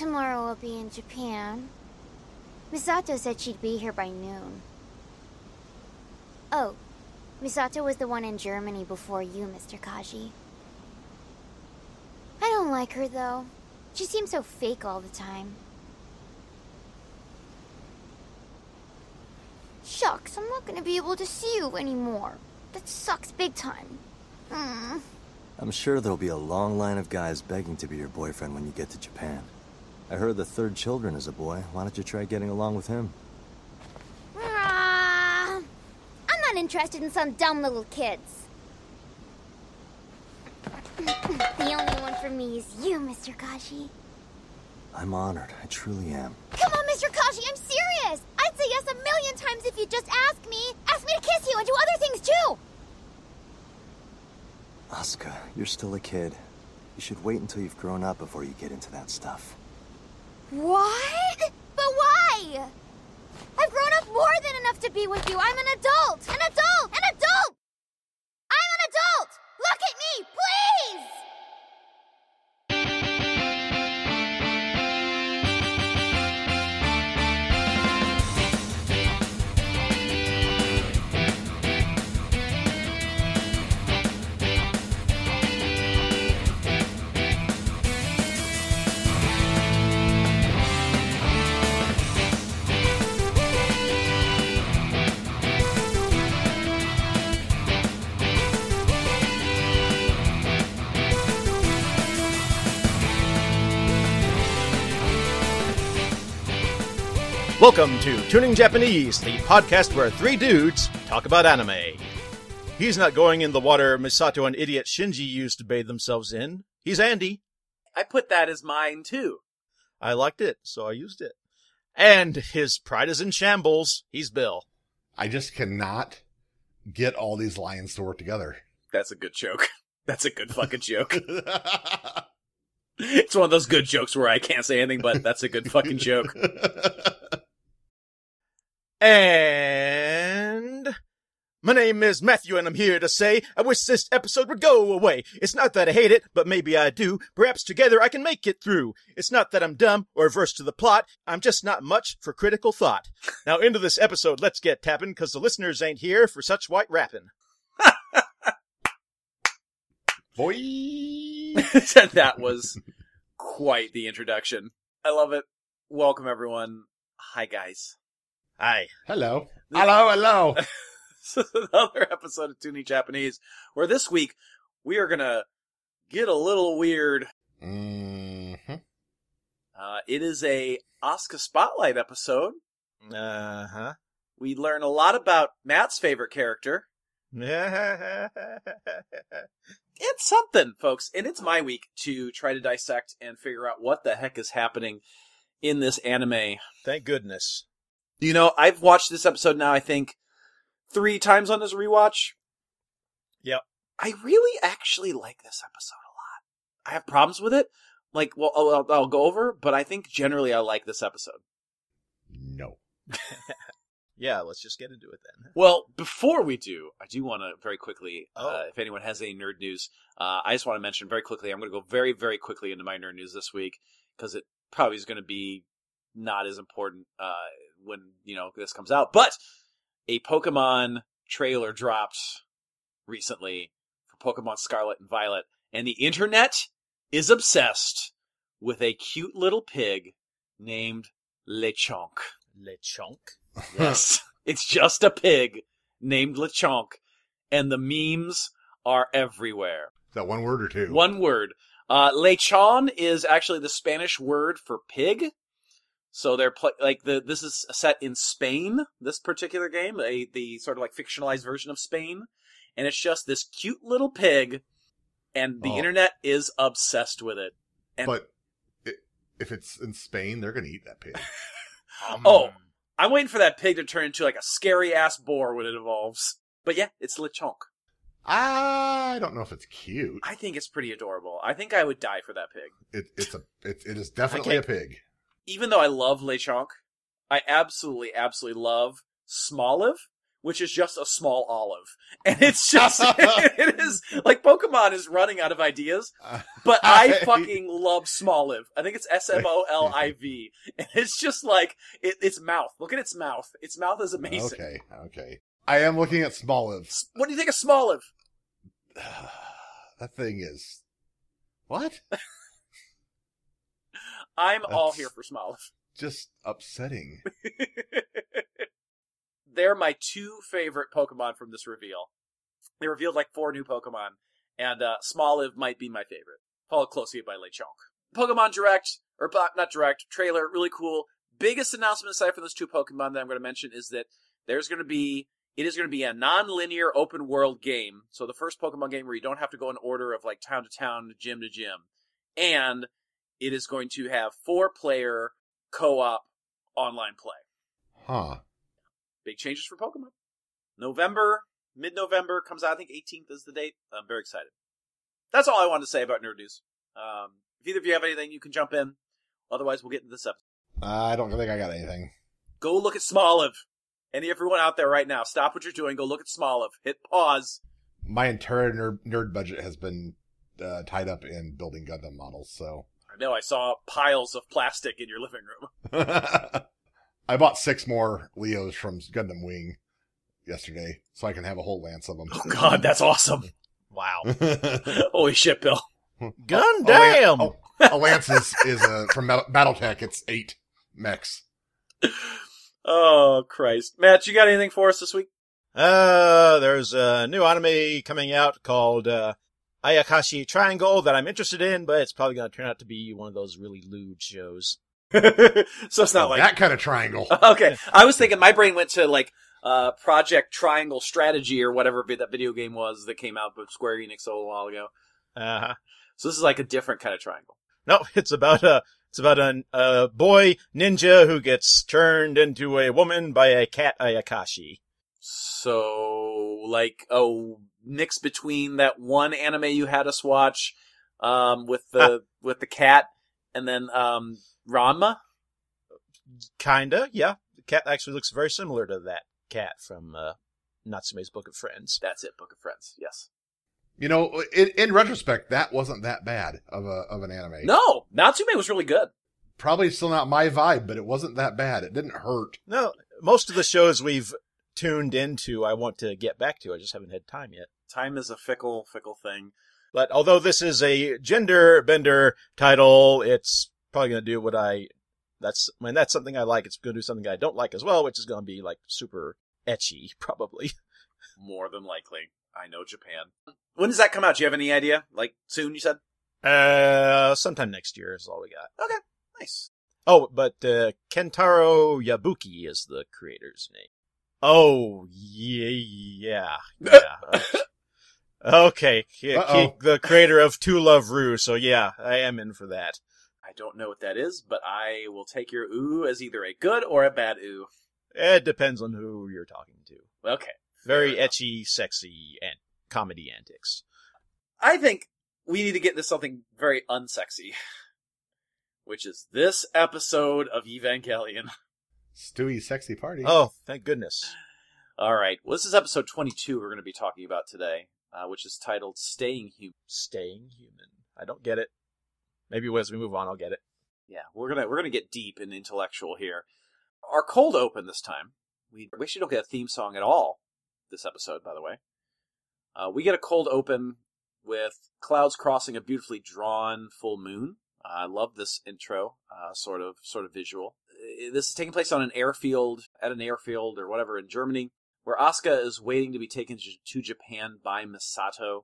Tomorrow I'll be in Japan. Misato said she'd be here by noon. Oh, Misato was the one in Germany before you, Mr. Kaji. I don't like her, though. She seems so fake all the time. Shucks, I'm not gonna be able to see you anymore. That sucks big time. Mm. I'm sure there'll be a long line of guys begging to be your boyfriend when you get to Japan. I heard the third children is a boy. Why don't you try getting along with him? Ah, I'm not interested in some dumb little kids. the only one for me is you, Mr. Kashi. I'm honored. I truly am. Come on, Mr. Kashi, I'm serious! I'd say yes a million times if you'd just ask me. Ask me to kiss you and do other things too! Asuka, you're still a kid. You should wait until you've grown up before you get into that stuff. What? But why? I've grown up more than enough to be with you. I'm an adult! An adult! An adult! I'm an adult! Look at me, please! Welcome to Tuning Japanese, the podcast where three dudes talk about anime. He's not going in the water Misato and idiot Shinji used to bathe themselves in. He's Andy. I put that as mine too. I liked it, so I used it. And his pride is in shambles. He's Bill. I just cannot get all these lines to work together. That's a good joke. That's a good fucking joke. It's one of those good jokes where I can't say anything, but that's a good fucking joke. And my name is Matthew, and I'm here to say I wish this episode would go away. It's not that I hate it, but maybe I do. Perhaps together I can make it through. It's not that I'm dumb or averse to the plot. I'm just not much for critical thought. Now into this episode, let's get tapping, cause the listeners ain't here for such white rapping. Boy, that was quite the introduction. I love it. Welcome everyone. Hi guys. Aye. hello, hello, hello. This is another episode of Tuning Japanese, where this week we are gonna get a little weird. hmm Uh, it is a Oscar Spotlight episode. Uh huh. We learn a lot about Matt's favorite character. It's something, folks, and it's my week to try to dissect and figure out what the heck is happening in this anime. Thank goodness. You know, I've watched this episode now, I think, three times on this rewatch. Yep. I really actually like this episode a lot. I have problems with it. Like, well, I'll, I'll- I'll go over, but I think generally I like this episode. No, Yeah, let's just get into it then. Well, before we do, I do want to very quickly, uh, Oh. if anyone has any nerd news, uh, I just want to mention very quickly, I'm going to go very, very quickly into my nerd news this week because it probably is going to be not as important uh, when, you know, this comes out. But a Pokemon trailer dropped recently for Pokemon Scarlet and Violet, and the internet is obsessed with a cute little pig named Lechonk. Lechonk. Yes. it's just a pig named Lechonk, and the memes are everywhere. Is that one word or two. One word. Uh, lechon is actually the Spanish word for pig. So they're pl- like the this is set in Spain. This particular game, a, the sort of like fictionalized version of Spain, and it's just this cute little pig, and the Oh. internet is obsessed with it. and- but i if it's in Spain, they're gonna eat that pig. Mm. Um, Oh. I'm waiting for that pig to turn into like a scary ass boar when it evolves. But yeah, it's lechonk. I don't know if it's cute. I think it's pretty adorable. I think I would die for that pig. It, it's a it, it is definitely a pig. Even though I love Lechonk, I absolutely, absolutely love Smoliv, which is just a small olive. And it's just, it is like Pokemon is running out of ideas, but I fucking love Smoliv. I think it's S M O L I V. And it's just like, it, its mouth. Look at its mouth. Its mouth is amazing. Okay, okay. I am looking at Smoliv. S- What do you think of Smoliv? that thing is what? I'm all That's- here for Smoliv. Just upsetting. They're my two favorite Pokemon from this reveal. They revealed like four new Pokemon, and uh, Smoliv might be my favorite, followed closely by Lechonk. Pokemon Direct, or po- not Direct, trailer, really cool. Biggest announcement aside from those two Pokemon that I'm going to mention is that there's going to be, it is going to be a non-linear open world game. So the first Pokemon game where you don't have to go in order of like town to town, gym to gym. And it is going to have four player co-op online play Huh. big changes for Pokemon. November, mid November comes out. I think 18th is the date. I'm very excited. That's all I wanted to say about nerd news. Um, if either of you have anything, you can jump in. Otherwise, we'll get into this episode. I don't think I got anything. Go look at Smoliv. Any everyone out there right now, stop what you're doing. Go look at Smoliv. Hit pause. My entire nerd, nerd budget has been uh, tied up in building Gundam models, so I know I saw piles of plastic in your living room. I bought six more Leos from Gundam Wing yesterday, so I can have a whole lance of them. Oh God, that's awesome! Wow. Holy shit, Bill. Gundam! Oh, a lance is, is uh, from Metal- Battletech. It's eight mechs. Oh Christ, Matt, you got anything for us this week? Uh, there's a new anime coming out called uh, Ayakashi Triangle that I'm interested in, but it's probably going to turn out to be one of those really lewd shows. so it's not like that kind of triangle. okay. I was thinking my brain went to like uh Project Triangle Strategy or whatever vi- that video game was that came out with Square Enix a little while ago. Uh, So this is like a different kind of triangle. no, it's about a it's about a, a boy ninja who gets turned into a woman by a cat Ayakashi. So like a mix between that one anime you had us watch um with the with the cat and then um Ranma. Kinda, yeah. The cat actually looks very similar to that cat from uh, Natsume's Book of Friends. That's it, Book of Friends. Yes. You know, in, in retrospect, that wasn't that bad of a of an anime. No, Natsume was really good. Probably still not my vibe, but it wasn't that bad. It didn't hurt. No, most of the shows we've tuned into, I want to get back to. I just haven't had time yet. Time is a fickle, fickle thing. But although this is a gender bender title, it's probably going to do what I. That's when that's something I like. It's going to do something I don't like as well, which is going to be like super etchy, probably. More than likely. I know Japan. When does that come out? Do you have any idea? Like soon, you said? Uh, sometime next year is all we got. Nice. Oh, but uh, Kentaro Yabuki is the creator's name. Oh yeah, yeah. yeah. okay, K- Uh-oh. K- the creator of Two Love Rue. So yeah, I am in for that. I don't know what that is, but I will take your ooh as either a good or a bad ooh. It depends on who you're talking to. Okay. Very Fair enough. etchy, sexy, and comedy antics. I think we need to get into something very unsexy, which is this episode of Evangelion. Stewie sexy party. Oh, thank goodness. All right. Well, this is episode 22 we're going to be talking about today, uh, which is titled Staying Human. Staying human. I don't get it. Maybe as we move on, I'll get it. Yeah, we're gonna we're gonna get deep and intellectual here. Our cold open this time. We we actually don't get a theme song at all this episode, by the way. Uh, we get a cold open with clouds crossing a beautifully drawn full moon. Uh, I love this intro, uh, sort of sort of visual. Uh, This is taking place on an airfield at an airfield or whatever in Germany, where Asuka is waiting to be taken j- to Japan by Misato.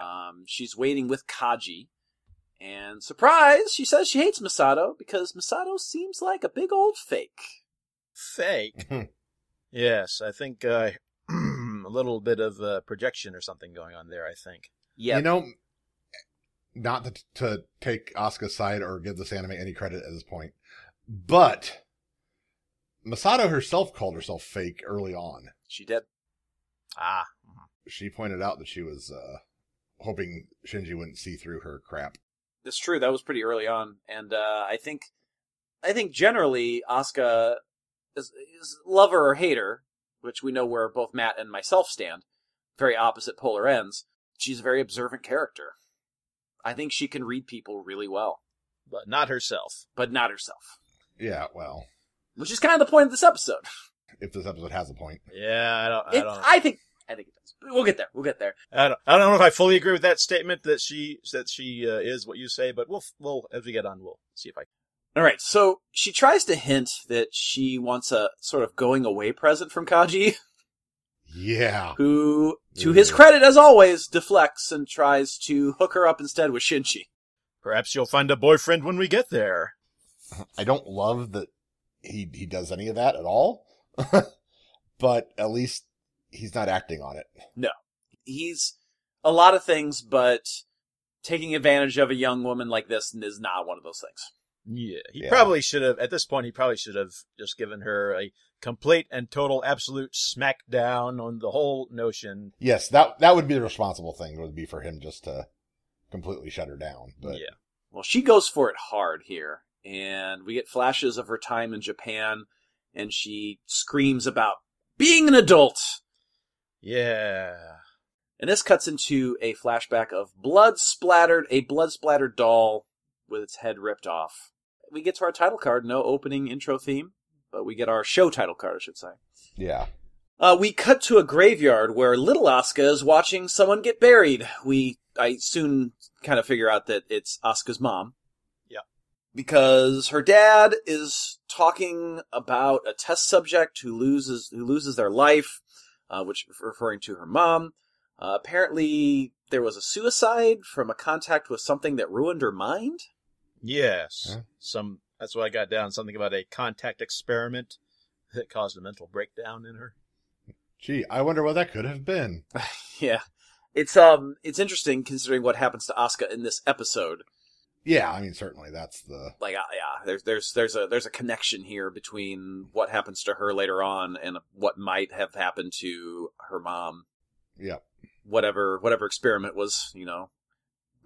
Um, she's waiting with Kaji, and surprise, she says she hates Masato because Masato seems like a big old fake. Fake. Hmm. yes, I think uh, a little bit of uh, projection or something going on there. I think. Yeah. You know, not to, to take Asuka's side or give this anime any credit at this point, but Masato herself called herself fake early on. she did. Ah, She pointed out that she was uh, hoping Shinji wouldn't see through her crap. That's true. That was pretty early on, and uh, I think, I think generally Asuka is, is lover or hater, which we know where both Matt and myself stand, very opposite polar ends, she's a very observant character. I think she can read people really well, but not herself. but not herself, Yeah, well, which is kind of the point of this episode. if this episode has a point. Yeah, I don't. I It, don't. I think I think it does. But We'll get there. We'll get there. I don't, I don't know if I fully agree with that statement that she that she uh, is what you say, but we'll we'll as we get on we'll see if I. All right, so she tries to hint that she wants a sort of going away present from Kaji, Yeah. who, to his Yeah. credit as always, deflects and tries to hook her up instead with Shinji. Perhaps you'll find a boyfriend when we get there. I don't love that he he does any of that at all. but at least he's not acting on it. He's a lot of things, but taking advantage of a young woman like this is not one of those things. Yeah, he Yeah. probably should have. At this point, he probably should have just given her a complete and total, absolute smackdown on the whole notion. Yes, that that would be the responsible thing would be for him just to completely shut her down. But yeah, Well, she goes for it hard here, and we get flashes of her time in Japan, and she screams about being an adult. yeah. And this cuts into a flashback of blood splattered, a blood splattered doll with its head ripped off. We get to our title card, no opening intro theme, but we get our show title card, I should say. yeah. Uh, we cut to a graveyard where little Asuka is watching someone get buried. We, I soon kind of figure out that it's Asuka's mom. Yeah. Because her dad is talking about a test subject who loses, who loses their life, uh, which referring to her mom. Uh, apparently there was a suicide from a contact with something that ruined her mind. Yes. Huh? Some that's what I got down. Something about a contact experiment that caused a mental breakdown in her. Gee, I wonder what that could have been. yeah. It's, um, it's interesting considering what happens to Asuka in this episode. Yeah, I mean certainly that's the like uh, yeah there's there's there's a there's a connection here between what happens to her later on and what might have happened to her mom yeah. whatever whatever experiment was you know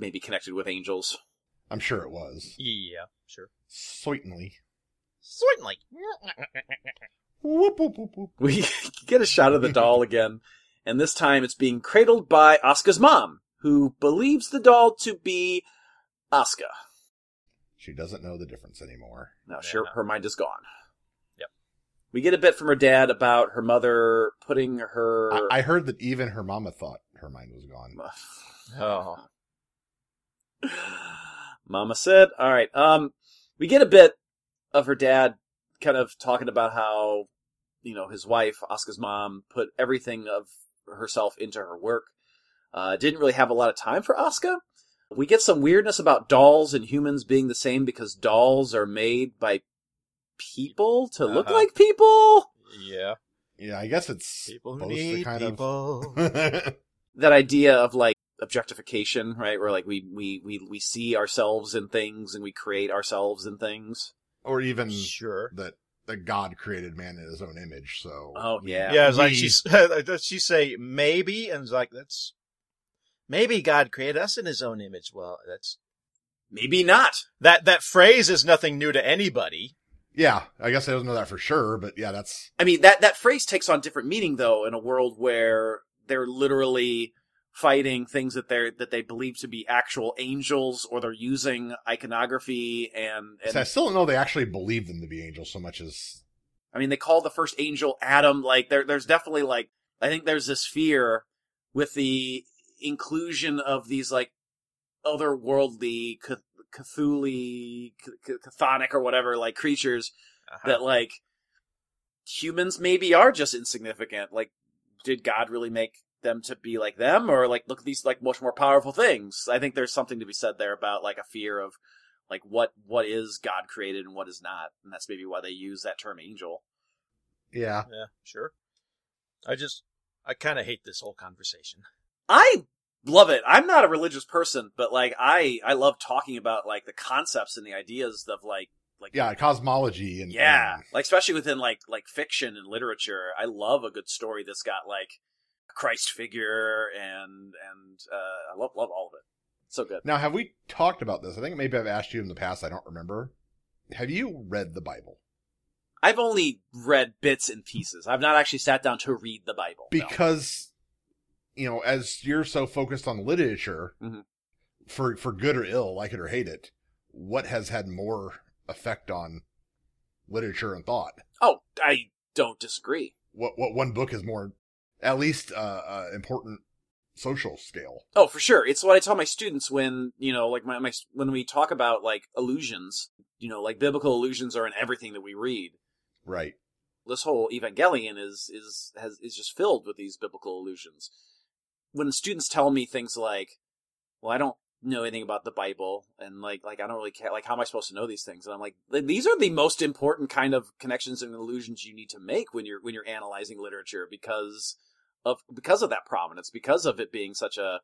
maybe connected with angels I'm sure it was. Yeah, sure. Certainly. Certainly. Whoop, whoop, whoop, whoop. we get a shot of the doll again and this time it's being cradled by Asuka's mom who believes the doll to be Asuka She doesn't know the difference anymore. No, Yeah. sure, her mind is gone. Yep. We get a bit from her dad about her mother putting her. I, I heard that even her mama thought her mind was gone. Oh. Mama said, "All right." Um, we get a bit of her dad kind of talking about how you know his wife, Oscar's mom, put everything of herself into her work. Uh, didn't really have a lot of time for Oscar. We get some weirdness about dolls and humans being the same because dolls are made by people to look Uh-huh. like people. Yeah. Yeah, I guess it's People who supposed need to kind people. of that idea of like objectification, right? Where like we we we we see ourselves in things and we create ourselves in things. or even sure. that that God created man in his own image. So Oh, we- yeah. Yeah, it's like we- she's does she say maybe and it's like that's maybe God created us in his own image. Well, that's Maybe not. that that phrase is nothing new to anybody. yeah. I guess I don't know that for sure, but yeah, that's I mean that that phrase takes on different meaning though in a world where they're literally fighting things that they're that they believe to be actual angels or they're using iconography and, and I still don't know they actually believe them to be angels so much as I mean, they call the first angel Adam. Like, there, there's definitely like, I think there's this fear with the inclusion of these like otherworldly Cth- Cthulhu, Cth- Chthonic or whatever like creatures Uh-huh. that like humans maybe are just insignificant. Like, did God really make them to be like them, or like look at these like much more powerful things? I think there's something to be said there about like a fear of like what what is God created and what is not, and that's maybe why they use that term angel. yeah. Yeah, sure. I just I kind of hate this whole conversation. I love it. I'm not a religious person, but like I I love talking about like the concepts and the ideas of like like Yeah, cosmology and yeah, and- like especially within like like fiction and literature. I love a good story that's got like a Christ figure and and uh, I love love all of it. It's so good. now have we talked about this? I think maybe I've asked you in the past, I don't remember. Have you read the Bible? I've only read bits and pieces. I've not actually sat down to read the Bible. no. because you know as you're so focused on literature Mhm. for for good or ill like it or hate it what has had more effect on literature and thought Oh, I don't disagree. what what one book is more at least uh, uh important social scale Oh, for sure. It's what I tell my students when, you know, like my, my when we talk about like illusions, you know, like biblical illusions are in everything that we read. right this whole Evangelion is is has is just filled with these biblical allusions. When students tell me things like, "Well, I don't know anything about the Bible," and like like I don't really care, like how am I supposed to know these things? And I'm like, "Th- these are the most important kind of connections and allusions you need to make when you're when you're analyzing literature because of because of that prominence, because of it being such a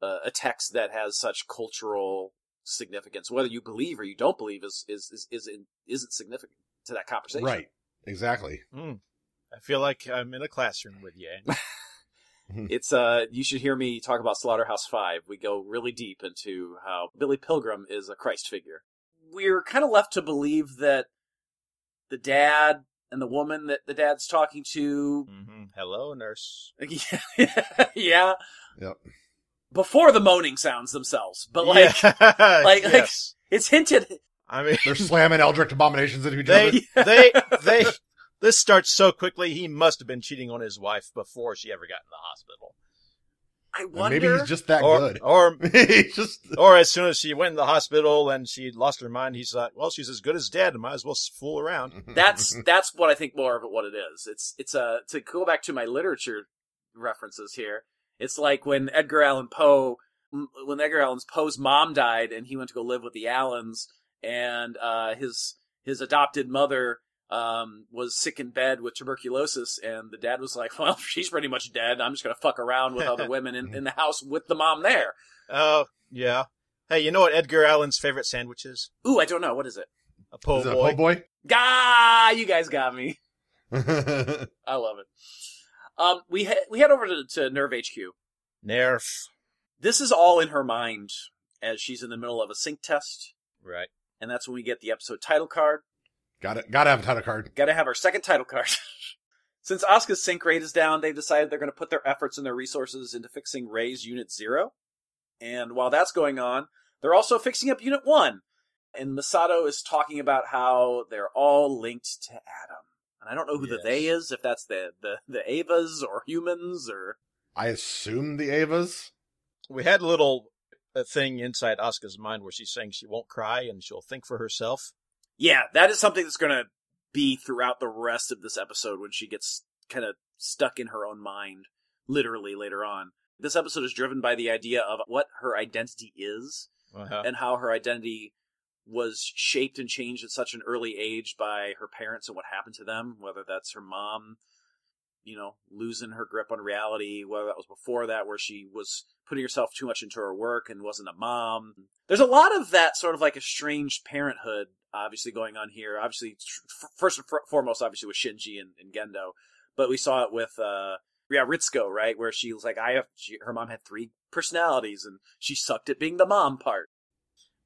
a a text that has such cultural significance. Whether you believe or you don't believe is is is is isn't significant to that conversation. right exactly I feel like I'm in a classroom with you. It's uh you should hear me talk about Slaughterhouse 5. We go really deep into how Billy Pilgrim is a Christ figure. We're kind of left to believe that the dad and the woman that the dad's talking to hmm Hello, nurse. yeah. Yep. Before the moaning sounds themselves, but like Yeah, like- yes. it's hinted I mean, they're slamming eldritch abominations into each other they, they, they. This starts so quickly. He must have been cheating on his wife before she ever got in the hospital, I And wonder maybe he's just that or good or he's just or as soon as she went in the hospital and she lost her mind, he's like, "Well, she's as good as dead. Might as well fool around." that's that's what I think more of it what it is. It's it's uh, to go back to my literature references here. It's like when Edgar Allan Poe m- when Edgar Allan Poe's mom died and he went to go live with the Allens and uh, his his adopted mother um, was sick in bed with tuberculosis and the dad was like, "Well, she's pretty much dead. I'm just going to fuck around with other women in, in the house with the mom there." Oh yeah. Hey, you know what Edgar Allan's favorite sandwich is? Ooh, I don't know. What is it? A po' Is it a boy. po' boy? Gah, you guys got me. I love it. Um, we he- we head over to, to Nerve HQ. Nerf. This is all in her mind as she's in the middle of a sync test, Right. and that's when we get the episode title card. gotta gotta have a title card Got to have our second title card. Since Asuka's sync rate is down, they've decided they're going to put their efforts and their resources into fixing Ray's Unit Zero. And while that's going on, they're also fixing up Unit One. And Masato is talking about how they're all linked to Adam. And I don't know who Yes. the they is, if that's the, the, the Avas or humans or i assume the avas We had a little uh thing inside Asuka's mind where she's saying she won't cry and she'll think for herself. Yeah, that is something that's going to be throughout the rest of this episode when she gets kind of stuck in her own mind, literally later on. This episode is driven by the idea of what her identity is Uh-huh. and how her identity was shaped and changed at such an early age by her parents and what happened to them, whether that's her mom, you know, losing her grip on reality, whether that was before that, where she was putting herself too much into her work and wasn't a mom. There's a lot of that sort of like estranged parenthood, obviously, going on here. Obviously, f- first and fr- foremost, obviously, with Shinji and, and Gendo, but we saw it with, uh, yeah, Ritsuko, right? Where she was like, I have, she, her mom had three personalities and she sucked at being the mom part.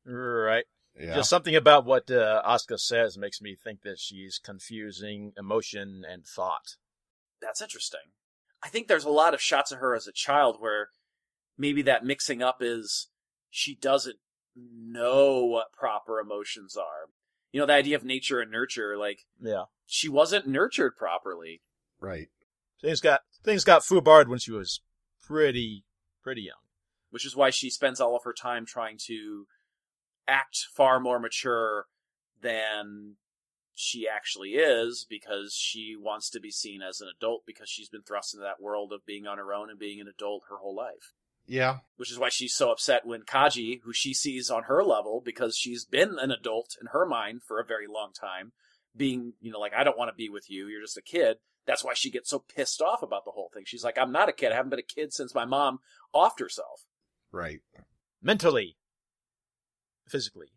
Right. yeah Just something about what uh, Asuka says makes me think that she's confusing emotion and thought. that's interesting. I think there's a lot of shots of her as a child where maybe that mixing up is she doesn't know what proper emotions are. You know, the idea of nature and nurture, like Yeah. she wasn't nurtured properly. right Things got things got foobarred when she was pretty pretty young. which is why she spends all of her time trying to act far more mature than she actually is because she wants to be seen as an adult because she's been thrust into that world of being on her own and being an adult her whole life. yeah Which is why she's so upset when Kaji, who she sees on her level because she's been an adult in her mind for a very long time, being, you know, like, I don't want to be with you, you're just a kid. That's why she gets so pissed off about the whole thing. She's like, I'm not a kid. I haven't been a kid since my mom offed herself. right Mentally. Physically.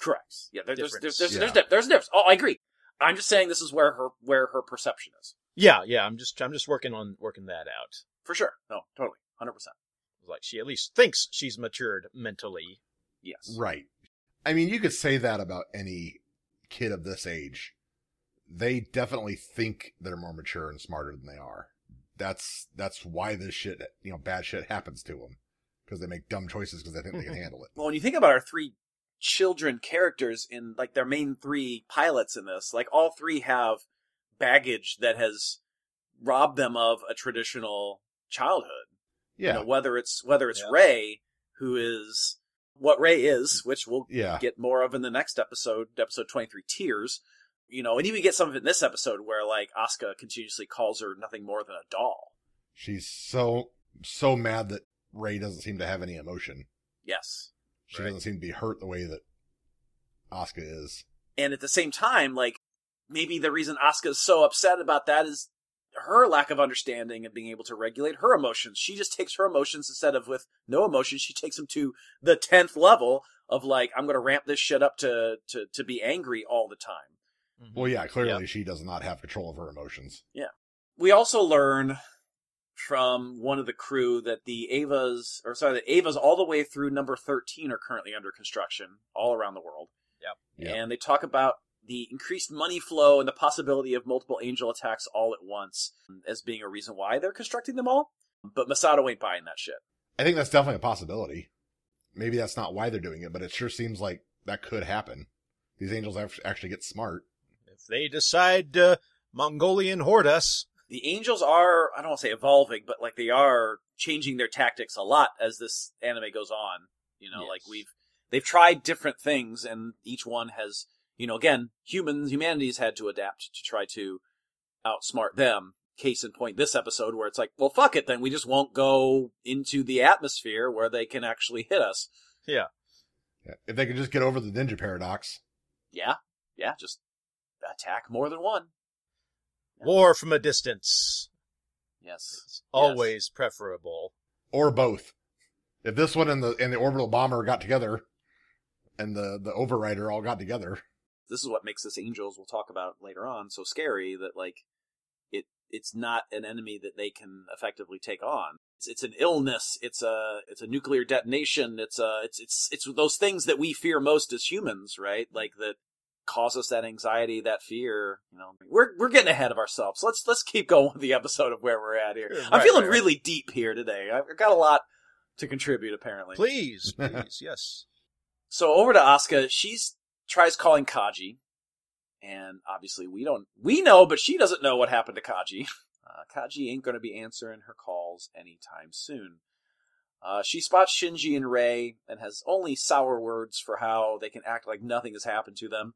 Correct. Yeah, there, there's there's Difference. there's there's, Yeah. dif- there's a difference. Oh, I agree. I'm just saying this is where her where her perception is Yeah, yeah. I'm just I'm just working on working that out. for sure. No, totally, hundred percent. Like she at least thinks she's matured mentally. Yes. Right. I mean, you could say that about any kid of this age. they definitely think they're more mature and smarter than they are. That's that's why this shit, you know, bad shit happens to them because they make dumb choices because they think they can handle it. Well, when you think about our three children characters in like their main three pilots in this, like all three have baggage that has robbed them of a traditional childhood. Yeah, You know, whether it's whether it's Yeah. Ray who is what Ray is, which we'll Mm. yeah, get more of in the next episode, episode 23 Tears, you know, and even get some of it in this episode where like Asuka continuously calls her nothing more than a doll. she's so so mad that Ray doesn't seem to have any emotion. Yes. She Right. doesn't seem to be hurt the way that Asuka is. And at the same time, like maybe the reason Asuka's so upset about that is her lack of understanding and being able to regulate her emotions. She just takes her emotions instead of with no emotion, she takes them to the 10th level of like I'm going to ramp this shit up to to to be angry all the time. Mm-hmm. Mm-hmm. Well, yeah, clearly she does not have control of her emotions. we also learn from one of the crew that the Avas, or sorry, the Avas all the way through number 13 are currently under construction all around the world. Yep. And they talk about the increased money flow and the possibility of multiple angel attacks all at once as being a reason why they're constructing them all. But Masato ain't buying that shit. I think that's definitely a possibility. Maybe that's not why they're doing it, but it sure seems like that could happen. These angels act- actually get smart. If they decide to Mongolian hoard us, the angels are i don't want to say evolving but like they are changing their tactics a lot as this anime goes on you know like Yes. we've they've tried different things and each one has you know again humans humanity's had to adapt to try to outsmart them case in point this episode where it's like well fuck it then we just won't go into the atmosphere where they can actually hit us Yeah. If they could just get over the ninja paradox, yeah yeah just attack more than one war from a distance. yes It's always preferable. or both. If this one and the and the orbital bomber got together, and the the overrider all got together, this is what makes this angels we'll talk about later on so scary that like it it's not an enemy that they can effectively take on it's, it's an illness it's a it's a nuclear detonation it's a it's it's it's those things that we fear most as humans right like that cause us that anxiety that fear you know we're we're getting ahead of ourselves let's let's keep going with the episode of where we're at here Yeah, i'm right, feeling right, right. really deep here today i've got a lot to contribute apparently Please, please, yes. so over to Asuka, she's tries calling Kaji, and obviously we don't we know, but she doesn't know what happened to Kaji. Uh, Kaji ain't going to be answering her calls anytime soon. Uh, she spots Shinji and Rei and has only sour words for how they can act like nothing has happened to them.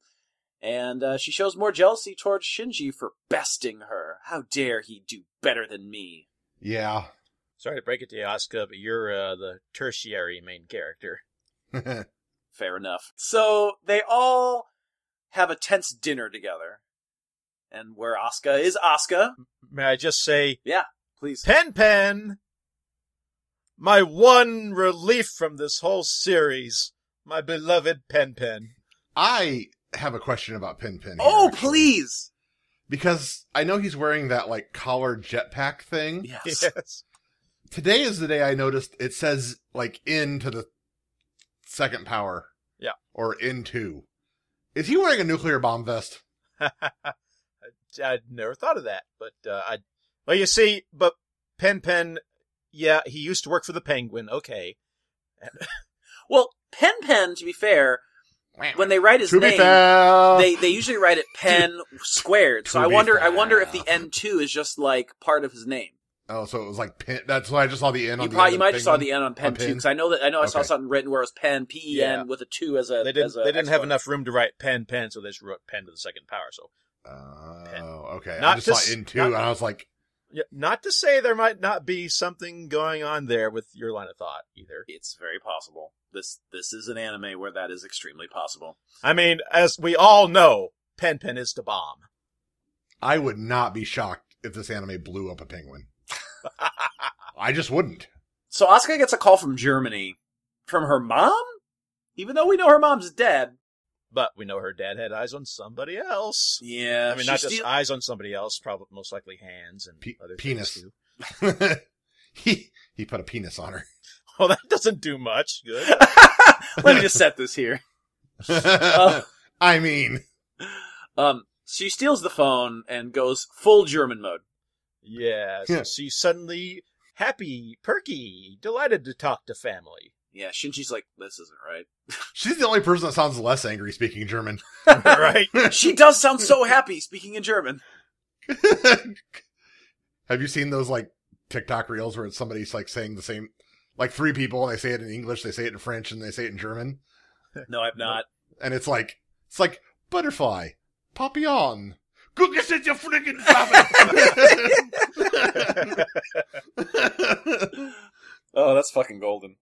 And uh, she shows more jealousy towards Shinji for besting her. How dare he do better than me? yeah, Sorry to break it to you, Asuka, but you're uh, the tertiary main character. Fair enough. So they all have a tense dinner together. And where Asuka is Asuka, May I just say, please. Pen Pen, my one relief from this whole series, my beloved Pen Pen. I have a question about Pin Pin. here, Oh, actually. please! Because I know he's wearing that like collared jetpack thing. Yes. Yes. Today is the day I noticed it says like into the second power. Yeah. Or into. Is he wearing a nuclear bomb vest? I'd never thought of that, but uh, I. Well, you see, but Pen Pen, yeah, he used to work for the Penguin. Okay, Well, Pen Pen, to be fair, when they write his to be name, fair, they they usually write it Pen squared. So To I be wonder I wonder if fair. the N two is just like part of his name. oh, so it was like pin. That's why I just saw the N on You the probably end you of might have saw Penguin. the N on Pen On Pen. two because I know that I know I saw Okay. something written where it was Pen P E N Yeah. with a two as a they as didn't. a They didn't have exponent. enough room to write Pen Pen, so they just wrote Pen to the second power. So, Oh, okay. I Not just to saw s- into, not- and I was like, yeah, not to say there might not be something going on there with your line of thought either. It's very possible. This this is an anime where that is extremely possible. I mean, as we all know, Pen Pen is the bomb. I would not be shocked if this anime blew up a penguin. I just wouldn't. So Asuka gets a call from Germany from her mom? Even though we know her mom's dead. But we know her dad had eyes on somebody else. I Yeah. mean, she's not just steal- eyes on somebody else, probably most likely hands and Pe- other things, penis. too. he he put a penis on her. Well, that doesn't do much good. Let me just set this here. I mean, Um, She steals the phone and goes full German mode. Yes. Yeah. She's suddenly happy, perky, delighted to talk to family. Yeah, Shinji's like, this isn't right. She's the only person that sounds less angry speaking German. right? she does sound so happy speaking in German. Have you seen those like TikTok reels where it's somebody's like saying the same, like three people and they say it in English, they say it in French, and they say it in German, No, I've not. and it's like it's like butterfly, papillon. Guckes ist your freaking Farbe. Oh, that's fucking golden.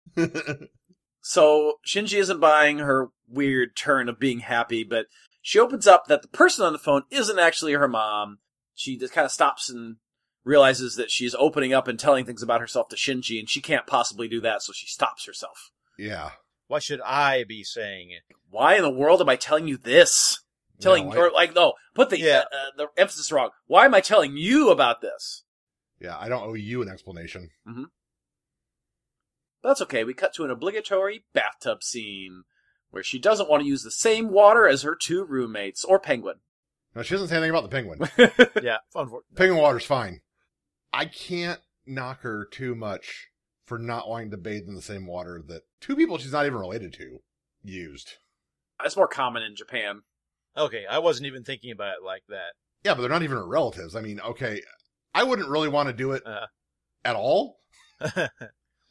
So Shinji isn't buying her weird turn of being happy, but she opens up that the person on the phone isn't actually her mom. She just kind of stops and realizes that she's opening up and telling things about herself to Shinji, and she can't possibly do that, so she stops herself. yeah, Why should I be saying it? Why in the world am I telling you this? Telling No, I- or like no, put the Yeah. uh, uh, the emphasis wrong. Why am I telling you about this? yeah, I don't owe you an explanation. That's okay. We cut to an obligatory bathtub scene where she doesn't want to use the same water as her two roommates or Penguin. No, she doesn't say anything about the penguin. Yeah, fun for Penguin water's fine. I can't knock her too much for not wanting to bathe in the same water that two people she's not even related to used. It's more common in Japan. Okay, I wasn't even thinking about it like that. Yeah, but they're not even her relatives. I mean, okay, I wouldn't really want to do it Uh. at all,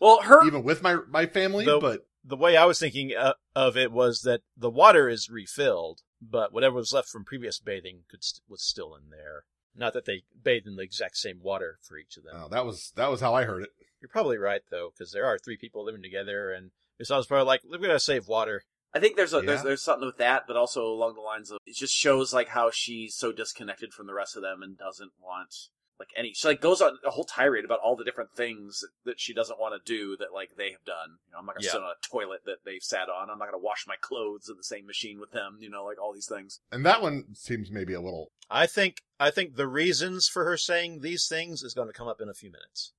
Well, her even with my my family. Nope. But The way I was thinking uh, of it was that the water is refilled, but whatever was left from previous bathing could st- was still in there. Not that they bathed in the exact same water for each of them. no, uh, that was that was how I heard it. You're probably right though, because there are three people living together, and Masada's probably like, "We're gonna save water." I think there's a there's Yeah. there's something with that, but also along the lines of it just shows like how she's so disconnected from the rest of them and doesn't want like any she like goes on a whole tirade about all the different things that she doesn't want to do that like they have done. You know, I'm not gonna Yeah. sit on a toilet that they've sat on. I'm not gonna wash my clothes in the same machine with them. You know, like all these things. And that one seems maybe a little. I think I think the reasons for her saying these things is going to come up in a few minutes.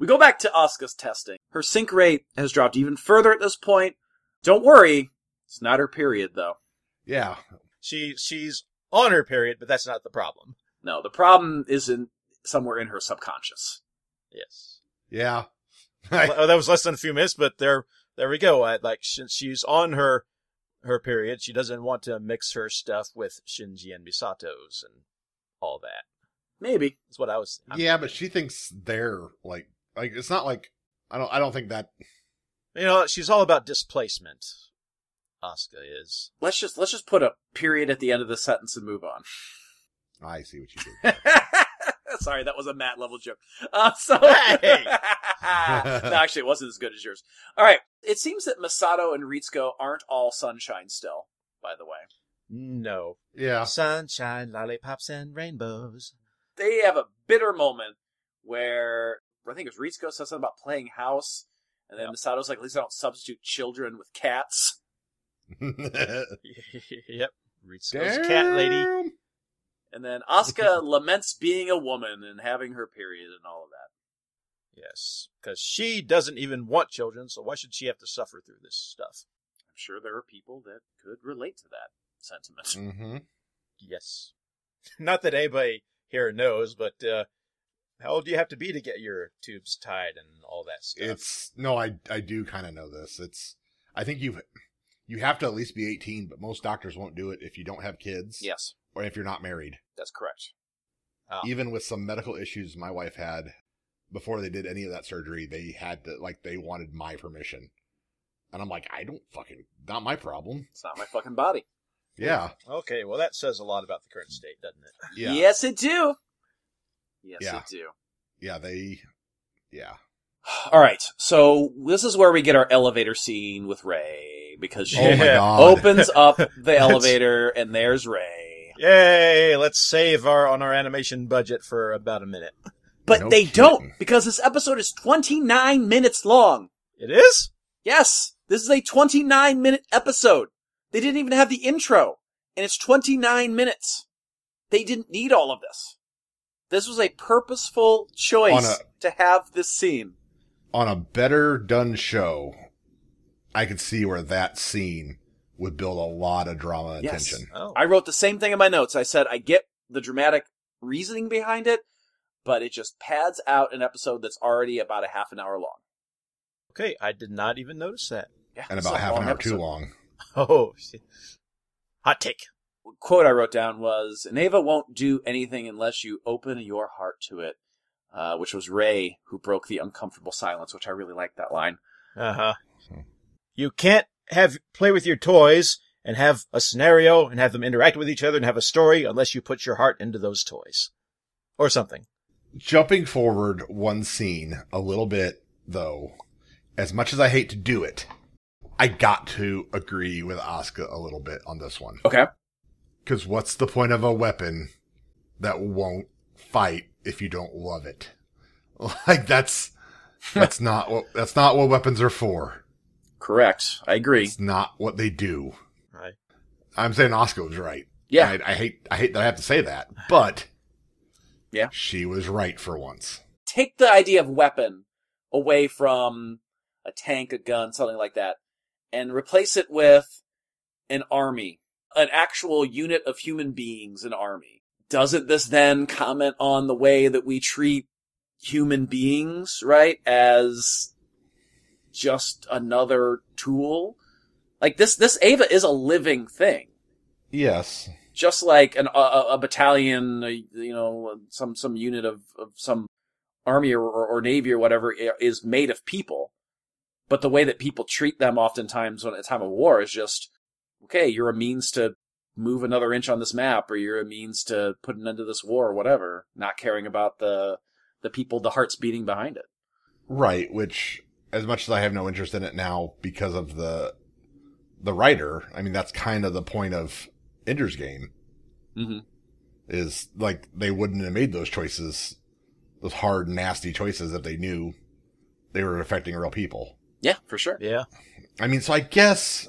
We go back to Asuka's testing. Her sync rate has dropped even further at this point. Don't worry, it's not her period though. Yeah, She she's on her period, but that's not the problem. No, the problem is in somewhere in her subconscious. Yes. yeah. oh, that was less than a few minutes, but there there we go. I, like sh- she's on her her period. She doesn't want to mix her stuff with Shinji and Misato's and all that. Maybe. That's what I was. I'm- yeah, but she thinks they're like like it's not like I don't I don't think that You know, she's all about displacement. Asuka is. let's just let's just put a period at the end of the sentence and move on. I see what you did. Sorry, that was a Matt level joke. Uh, so Hey! no, actually, it wasn't as good as yours. All right, it seems that Masato and Ritsuko aren't all sunshine still. By the way, No. Yeah, Sunshine, lollipops, and rainbows. they have a bitter moment where I think it was Ritsuko says something about playing house, and then Masato's like, "At least I don't substitute children with cats." yep. Ritsuko's cat lady. Damn. And then Asuka laments being a woman and having her period and all of that. Yes. Because she doesn't even want children, so why should she have to suffer through this stuff? I'm sure there are people that could relate to that sentiment. Mm-hmm. Yes. Not that anybody here knows, but uh, how old do you have to be to get your tubes tied and all that stuff? It's no, I I do kind of know this. It's I think you you have to at least be 18, but most doctors won't do it if you don't have kids Yes, or if you're not married. that's correct. Ah. Even with some medical issues my wife had before they did any of that surgery, they had to like they wanted my permission. And I'm like, I don't fucking not my problem. It's not my fucking body. Yeah. okay, well, that says a lot about the current state, doesn't it? Yeah. Yeah, Yes, it do. Yes, Yeah. it do. they yeah. All right, so this is where we get our elevator scene with Ray because she Oh my Yeah. god. opens up the elevator and there's Ray. Yay! Let's save our on our animation budget for about a minute. But No they kidding. don't because this episode is 29 minutes long. It is? Yes, this is a 29 minute episode. They didn't even have the intro, and it's 29 minutes. They didn't need all of this. This was a purposeful choice On to have this scene. On a better done show, I could see where that scene would build a lot of drama and Yes. tension. Oh. I wrote the same thing in my notes. I said I get the dramatic reasoning behind it, but it just pads out an episode that's already about a half an hour long. okay, I did not even notice that. Yeah, And it's about a half an hour too episode. long. Oh, shit. hot take. Quote I wrote down was, "Neva won't do anything unless you open your heart to it," uh, which was Ray who broke the uncomfortable silence, which I really liked that line. Uh huh. Hmm. You can't have play with your toys and have a scenario and have them interact with each other and have a story unless you put your heart into those toys, or something. Jumping forward one scene a little bit, though, as much as I hate to do it, I got to agree with Oscar a little bit on this one. Okay, Because what's the point of a weapon that won't fight if you don't love it? Like that's that's not what that's not what weapons are for. correct. I agree. It's not what they do. Right. I'm saying Oscar was right. Yeah, I, I hate I hate that I have to say that, but Yeah. she was right for once. take the idea of weapon away from a tank, a gun, something like that, and replace it with an army, an actual unit of human beings, an army. Doesn't this then comment on the way that we treat human beings, right? As just another tool? Like this, this Ava is a living thing Yes, just like an, a- a, a battalion, a, you know, some some unit of, of some army or, or, or navy or whatever i- is made of people. But the way that people treat them oftentimes when at a time of war is just, okay, you're a means to move another inch on this map, or you're a means to put an end to this war, or whatever. Not caring about the the people, the hearts beating behind it. right. Which, as much as I have no interest in it now because of the the writer, I mean that's kind of the point of Ender's Game Mm-hmm. is like they wouldn't have made those choices, those hard, nasty choices if they knew they were affecting real people. Yeah, for sure. Yeah. I mean, so I guess,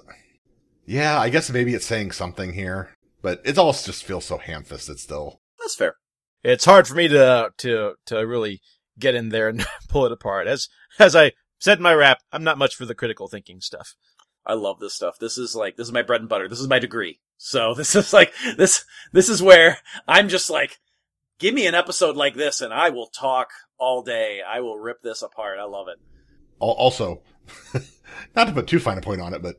yeah, I guess maybe it's saying something here, but it all just feels so ham-fisted still. That's fair. It's hard for me to to to really get in there and pull it apart. As as I said in my rap, I'm not much for the critical thinking stuff. I love this stuff. This is like this is my bread and butter. This is my degree. So this is like this this is where I'm just like give me an episode like this and I will talk all day. I will rip this apart. I love it. Al- Also, not to put too fine a point on it, but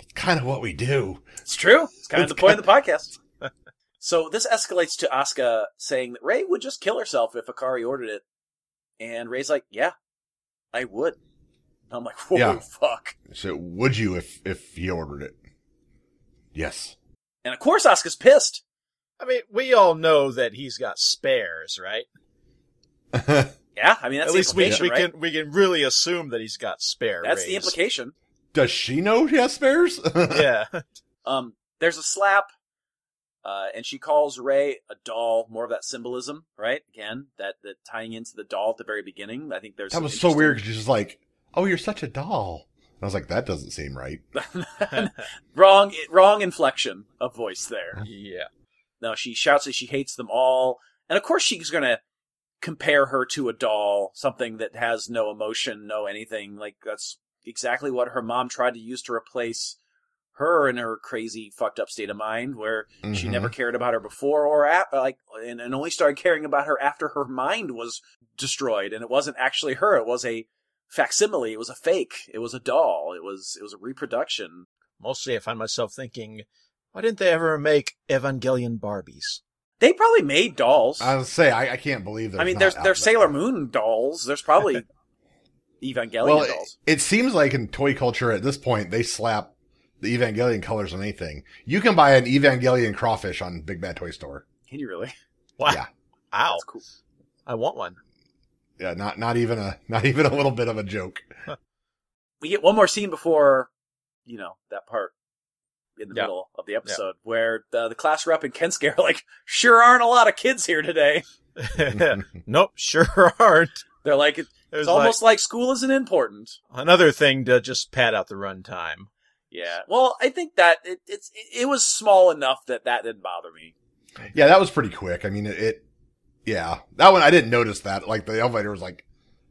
it's kind of what we do. It's true. It's kind of the point of the podcast. so this escalates to Asuka saying that Ray would just kill herself if Akari ordered it. And Ray's like, "Yeah, I would." And I'm like, "Whoa, Yeah. fuck." So would you if if he ordered it? Yes. And of course Asuka's pissed. I mean, we all know that he's got spares, right? Yeah, I mean that's At the least we, implication, we right? can we can really assume that he's got spare. that's the rays. implication. Does she know she has spares? Yeah. Um, there's a slap, uh, and she calls Ray a doll. More of that symbolism, right? Again, that that tying into the doll at the very beginning. I think there's that some was so interesting- weird. 'cause She's just like, "Oh, you're such a doll." And I was like, "That doesn't seem right." wrong, wrong inflection of voice there. yeah. No, she shouts that she hates them all, and of course she's gonna compare her to a doll, something that has no emotion, no anything. Like that's exactly what her mom tried to use to replace her in her crazy, fucked up state of mind, where She Mhm. never cared about her before or at, like, and, and only started caring about her after her mind was destroyed. And it wasn't actually her. It was a facsimile. It was a fake. It was a doll. It was, it was a reproduction. Mostly, I find myself thinking, why didn't they ever make Evangelion Barbies? They probably made dolls. I was say I, I can't believe that. I mean, there's, there's Sailor Moon dolls. There's probably Evangelion Well, it, dolls. it seems like in toy culture at this point they slap the Evangelion colors on anything. You can buy an Evangelion crawfish on Big Bad Toy Store. Can you really? Wow. Yeah. Ow. That's cool. I want one. Yeah, not not even a not even a little bit of a joke. we get one more scene before you know that part in the Yeah. middle of the episode where the, the class rep and Kensuke are like, "Sure aren't a lot of kids here today." nope, sure aren't. They're like, "It's There's almost like school isn't important." like another thing to just pad out the runtime. Yeah. Well, I think that it, it's it, it was small enough that that didn't bother me. Yeah, that was pretty quick. I mean, it, it yeah, that one I didn't notice that. Like the elevator was like,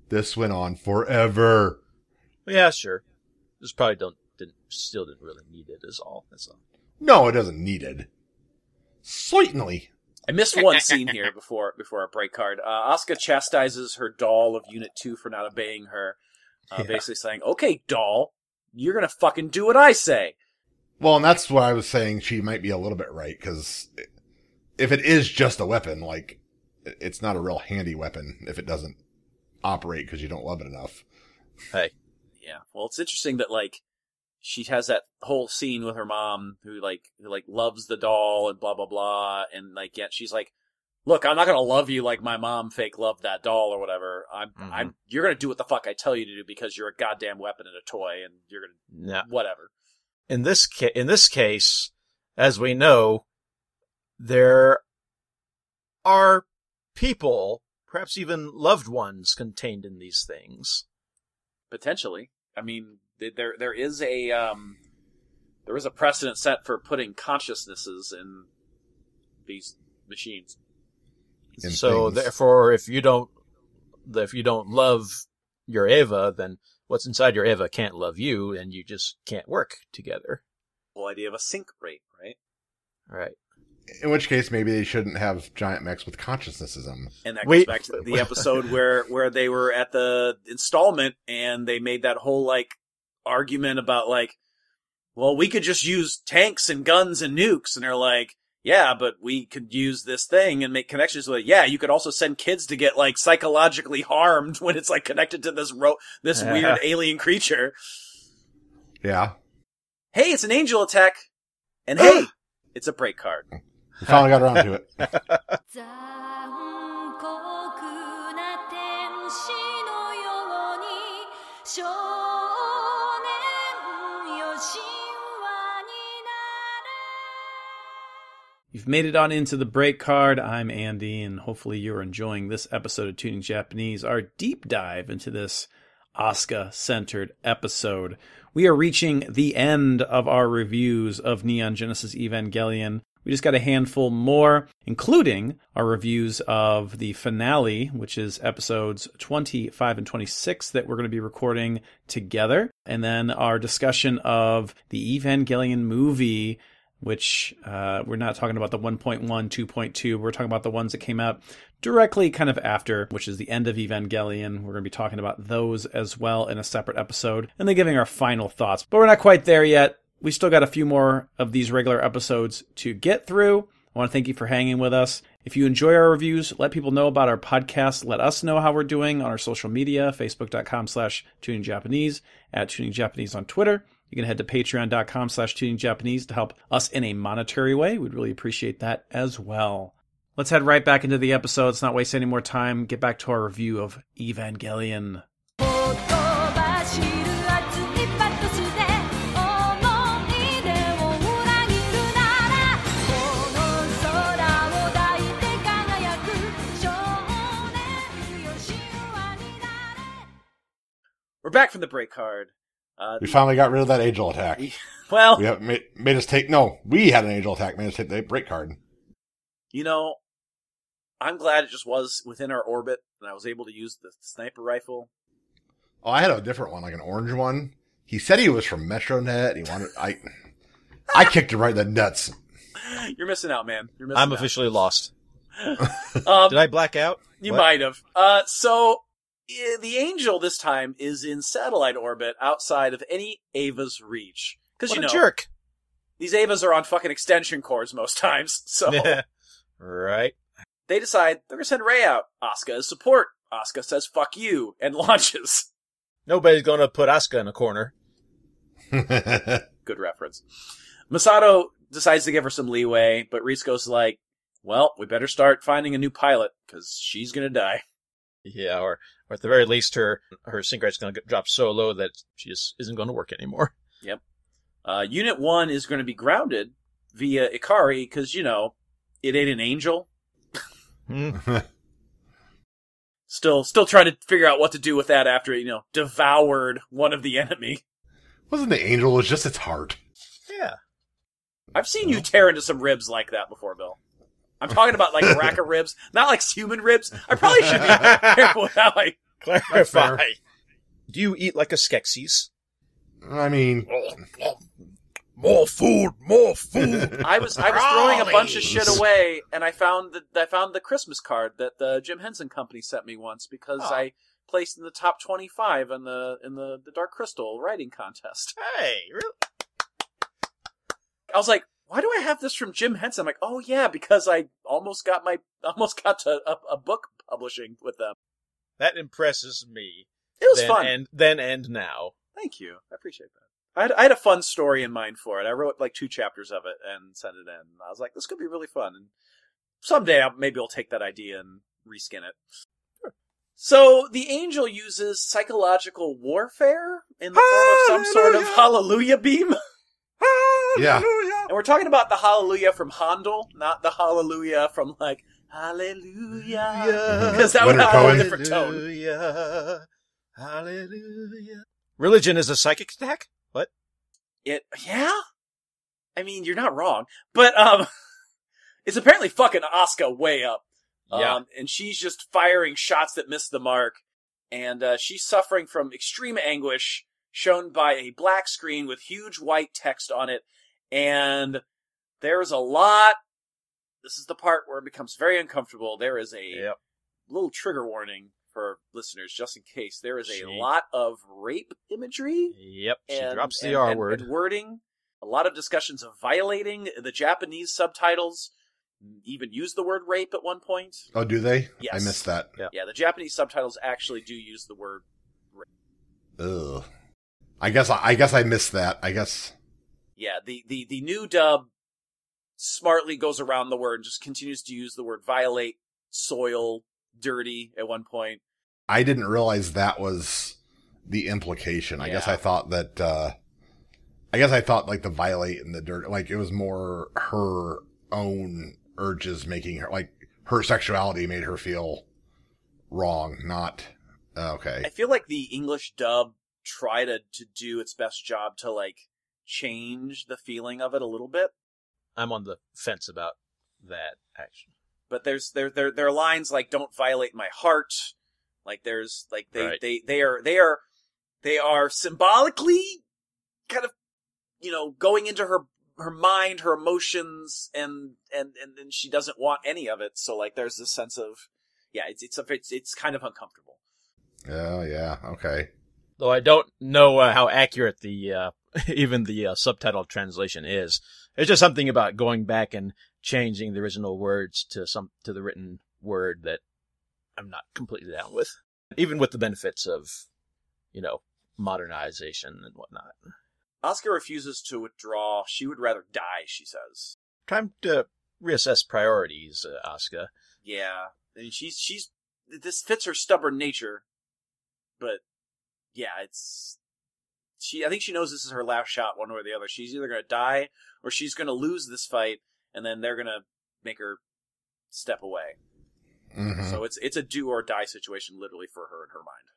this went on forever. Yeah, sure. Just probably don't didn't still didn't really need it is all. That's all. No, it doesn't need it. Certainly. I missed one scene here before before our break card. Uh, Asuka chastises her doll of Unit Two for not obeying her, uh, Yeah. basically saying, "Okay, doll, you're gonna fucking do what I say." Well, and that's why I was saying she might be a little bit right because if it is just a weapon, like it- it's not a real handy weapon if it doesn't operate because you don't love it enough. Yeah. Well, it's interesting that like she has that whole scene with her mom who like who like loves the doll and blah blah blah, and like yet she's like, "Look, I'm not gonna love you like my mom fake loved that doll or whatever. I'm Mhm. I'm you're gonna do what the fuck I tell you to do because you're a goddamn weapon and a toy and you're gonna No. whatever." in this ca- in this case, as we know, there are people, perhaps even loved ones, contained in these things. potentially. I mean, th- there there is a um, there is a precedent set for putting consciousnesses in these machines. In so things. therefore, if you don't if you don't love your Eva, then what's inside your Eva can't love you, and you just can't work together. Whole idea of a sync rate, right? Right. In which case, maybe they shouldn't have giant mechs with consciousnesses in 'em. And that goes Wait. back to the episode where where they were at the installment and they made that whole like argument about like, well, we could just use tanks and guns and nukes, and they're like. Yeah, but we could use this thing and make connections with it. Yeah, you could also send kids to get like psychologically harmed when it's like connected to this ro- this weird alien creature. Yeah. Hey, it's an angel attack. And hey, it's a break card. We finally got around to it. 残酷な天使のように少年よ神話になれ You've made it on into the break card. I'm Andy, and hopefully you're enjoying this episode of Tuning Japanese, our deep dive into this Asuka centered episode. We are reaching the end of our reviews of Neon Genesis Evangelion. We just got a handful more, including our reviews of the finale, which is episodes 25 and 26 that we're going to be recording together, and then our discussion of the Evangelion movie which uh, we're not talking about the 1.1, 2.2. We're talking about the ones that came out directly kind of after, which is the end of Evangelion. We're going to be talking about those as well in a separate episode and then giving our final thoughts. But we're not quite there yet. We still got a few more of these regular episodes to get through. I want to thank you for hanging with us. If you enjoy our reviews, let people know about our podcast. Let us know how we're doing on our social media, facebook.com slash tuning Japanese, at tuning Japanese on Twitter. You can head to patreon.com slash tuning Japanese to help us in a monetary way. We'd really appreciate that as well. Let's head right back into the episode. Let's not waste any more time. Get back to our review of Evangelion. ほとばしる熱いパトスで思い出を裏切るならこの空を抱いて輝く少年よ神話になれ We're back from the break card. Uh, We finally got rid of that angel attack. well, We have made, made us take, no, we had an angel attack, made us take the break card. you know, I'm glad it just was within our orbit and I was able to use the sniper rifle. Oh, I had a different one, like an orange one. He said he was from MetroNet. He wanted, I, I kicked him right in the nuts. You're missing out, man. You're missing I'm out. officially lost. Um, Did I black out? You What? might have. Uh, so eh, the angel this time is in satellite orbit outside of any Ava's reach. Because What you a know jerk. these Avas are on fucking extension cords most times, so right. they decide they're gonna send Ray out. Asuka is support. Asuka says "fuck you" and launches. Nobody's going to put Asuka in a corner. Good reference. Masato decides to give her some leeway, but Risco's like, "Well, we better start finding a new pilot because she's gonna die." Yeah, or, or at the very least, her her sync rate's going to drop so low that she just isn't going to work anymore. Uh, Unit One is going to be grounded via Ikari because you know it ain't an angel. Still, still trying to figure out what to do with that after it, you know devoured one of the enemy. Wasn't the angel, it was just its heart. Yeah. I've seen you tear into some ribs like that before, Bill. I'm talking about like a rack of ribs, not like human ribs. I probably should be careful with how I. Clarify. Do you eat like a Skeksis? I mean, More food, more food. I was I was throwing a bunch of shit away, and I found the I found the Christmas card that the Jim Henson Company sent me once because Oh. I placed in the top twenty five in the in the, the Dark Crystal writing contest. hey, really? I was like, why do I have this from Jim Henson? I'm like, oh yeah, because I almost got my almost got to a, a book publishing with them. that impresses me. It was then fun. And then and now. Thank you, I appreciate that. I had, I had a fun story in mind for it. I wrote like two chapters of it and sent it in. I was like, this could be really fun. And someday I'll, maybe I'll take that idea and reskin it. So the angel uses psychological warfare in the form of some sort of hallelujah beam. yeah. And we're talking about the hallelujah from Handel, not the hallelujah from like hallelujah. Because that would Leonard have a whole Cohen. different tone. Hallelujah. Hallelujah. Religion is a psychic attack? What? It, yeah? I mean, you're not wrong. But, um, it's apparently fucking Oscar way up. Yeah. Um, and she's just firing shots that miss the mark. And, uh, she's suffering from extreme anguish shown by a black screen with huge white text on it. And there's a lot. This is the part where it becomes very uncomfortable. There is a Yep. little trigger warning for listeners, just in case. There is a She- lot of rape imagery Yep. She and- drops the and- R and- word. and wording. A lot of discussions of violating the Japanese subtitles. Even use the word rape at one point. Oh, do they? Yes. I missed that. Yeah. Yeah, the Japanese subtitles actually do use the word. Ugh. I guess I, I guess I missed that. I guess. Yeah, the the the new dub smartly goes around the word and just continues to use the word violate, soil, dirty at one point. I didn't realize that was the implication. I guess Yeah. I thought that uh I guess I thought like the violate and the dirt like it was more her own urges making her like her sexuality made her feel wrong, not oh, I okay. feel like the English dub tried to to do its best job to like change the feeling of it a little bit. I'm on the fence about that action. but there's there there there are lines like "Don't violate my heart," like there's like they Right. they they are they are they are symbolically kind of you know going into her her mind, her emotions, and and and then she doesn't want any of it. So like there's this sense of yeah, it's it's a, it's it's kind of uncomfortable. Oh yeah, okay. Though I don't know uh, how accurate the uh, even the uh, subtitle translation is. It's just something about going back and changing the original words to some to the written word that I'm not completely down with, even with the benefits of you know modernization and whatnot. Oscar refuses to withdraw. She would rather die. She says, Time to reassess priorities, uh, Asuka. "Yeah," and she's she's this fits her stubborn nature, but yeah, it's she. I think she knows this is her last shot, one way or the other. She's either gonna die or she's gonna lose this fight, and then they're gonna make her step away. Mhm. So it's it's a do or die situation, literally for her in her mind,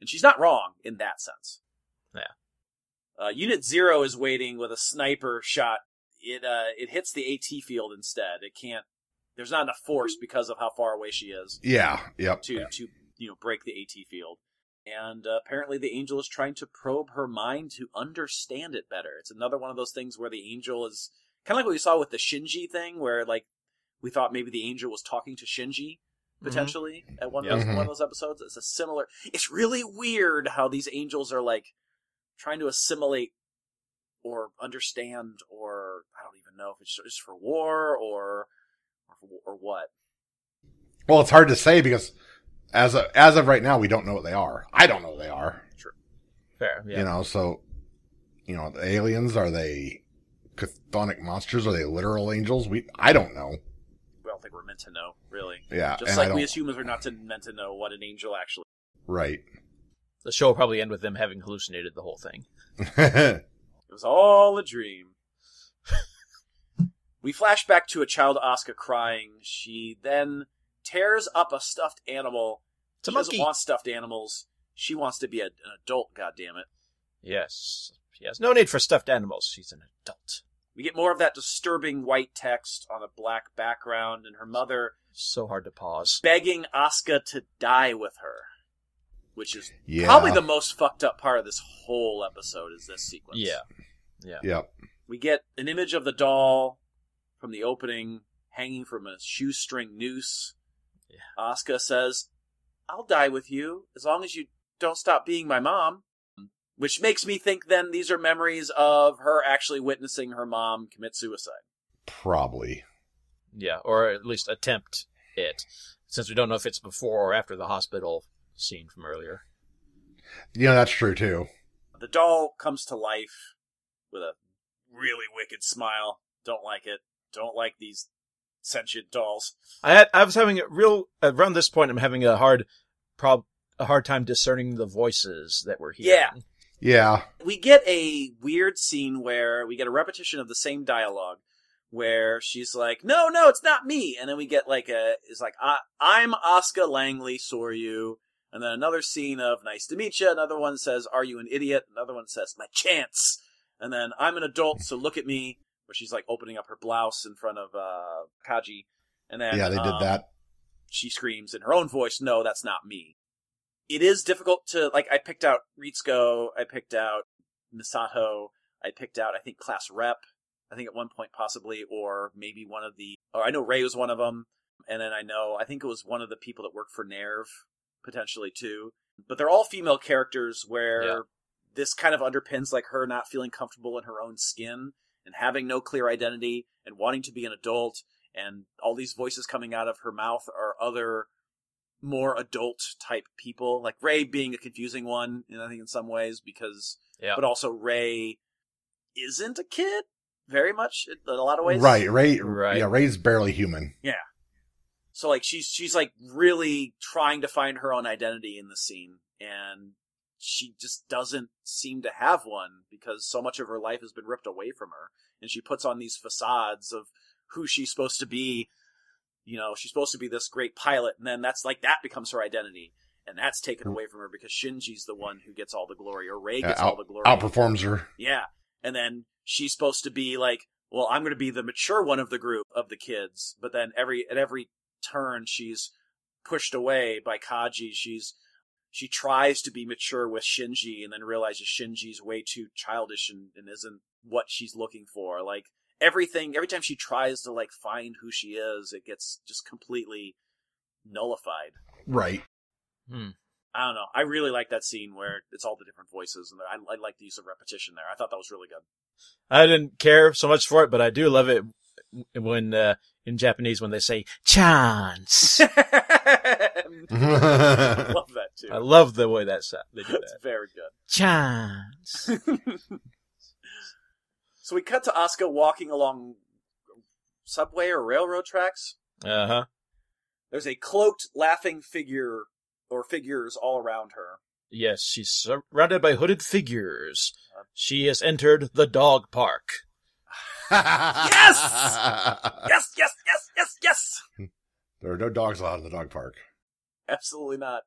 and she's not wrong in that sense. Yeah. Uh, Unit Zero is waiting with a sniper shot. It uh it hits the AT field instead. It can't. There's not enough force because of how far away she is yeah, yep. to to you know break the AT field. And uh, apparently, the angel is trying to probe her mind to understand it better. It's another one of those things where the angel is kind of like what we saw with the Shinji thing, where like we thought maybe the angel was talking to Shinji potentially at one, of those, Yeah. Mm-hmm. one of those episodes. It's a similar. It's really weird how these angels are like trying to assimilate or understand, or I don't even know if it's just for war or or, or what. Well, it's hard to say because as of, as of right now, we don't know what they are. I don't know what they are. Fair, yeah. You know, so you know, the aliens are they chthonic monsters? Are they literal angels? We I don't know. I don't think we're meant to know, really. Yeah, Just and I like don't, we as humans are not to, meant to know what an angel actually. right. The show will probably end with them having hallucinated the whole thing. It was all a dream. we flash back to a child Oscar crying. She then tears up a stuffed animal. It's a she doesn't monkey. want stuffed animals. She wants to be a, an adult. God damn it! Yes, she has no need for stuffed animals. She's an adult. We get more of that disturbing white text on a black background, and her mother So hard to pause. begging Oscar to die with her. which is Yeah. probably the most fucked up part of this whole episode is this sequence. Yeah. Yep. We get an image of the doll from the opening hanging from a shoestring noose. Yeah. Asuka says, I'll die with you as long as you don't stop being my mom. Which makes me think then these are memories of her actually witnessing her mom commit suicide. Probably. Yeah, or at least attempt it, since we don't know if it's before or after the hospital scene from earlier. Yeah, that's true too. The doll comes to life with a really wicked smile. Don't like it. Don't like these sentient dolls. I had, I was having a real around this point. I'm having a hard prob a hard time discerning the voices that were here. Yeah. Yeah. we get a weird scene where we get a repetition of the same dialogue where she's like no no it's not me and then we get like a it's like I, i'm oscar langley soryu and then another scene of nice to meet you another one says are you an idiot another one says my chance and then i'm an adult so look at me where she's like opening up her blouse in front of uh kaji and then yeah, they did um, that. she screams in her own voice, "No, that's not me." It is difficult to like. I picked out Ritsuko, I picked out Misato, I picked out I think class rep, I think at one point possibly, or maybe one of the. Or I know Ray was one of them, and then I know I think it was one of the people that worked for Nerve potentially too. But they're all female characters where Yeah. this kind of underpins like her not feeling comfortable in her own skin and having no clear identity and wanting to be an adult and all these voices coming out of her mouth are other more adult type people like ray being a confusing one and i think in some ways because Yeah. but also ray isn't a kid very much in a lot of ways Right, Ray. Right. Yeah, Ray's barely human. so like she's she's like really trying to find her own identity in the scene and she just doesn't seem to have one because so much of her life has been ripped away from her and she puts on these facades of who she's supposed to be you know she's supposed to be this great pilot and then that's like that becomes her identity and that's taken away from her because Shinji's the one who gets all the glory or Ray gets Mm. Yeah, all the glory Outperforms her. yeah. And then she's supposed to be like, well, I'm going to be the mature one of the group of the kids. But then every at every turn, she's pushed away by Kaji. She's she tries to be mature with Shinji, and then realizes Shinji's way too childish and, and isn't what she's looking for. Like everything, every time she tries to like find who she is, it gets just completely nullified. Right. Hmm. I don't know. I really like that scene where it's all the different voices, and I, I like the use of repetition there. I thought that was really good. I didn't care so much for it, but I do love it when uh, in Japanese when they say chance. I yeah. love that too. I love the way that sa- they do That's that. very good. Chance. So we cut to Asuka walking along subway or railroad tracks. Uh huh. There's a cloaked, laughing figure or figures all around her. Yes, she's surrounded by hooded figures. She has entered the dog park. Uh. Yes, yes, yes, yes, yes. There are no dogs allowed in the dog park. Absolutely not.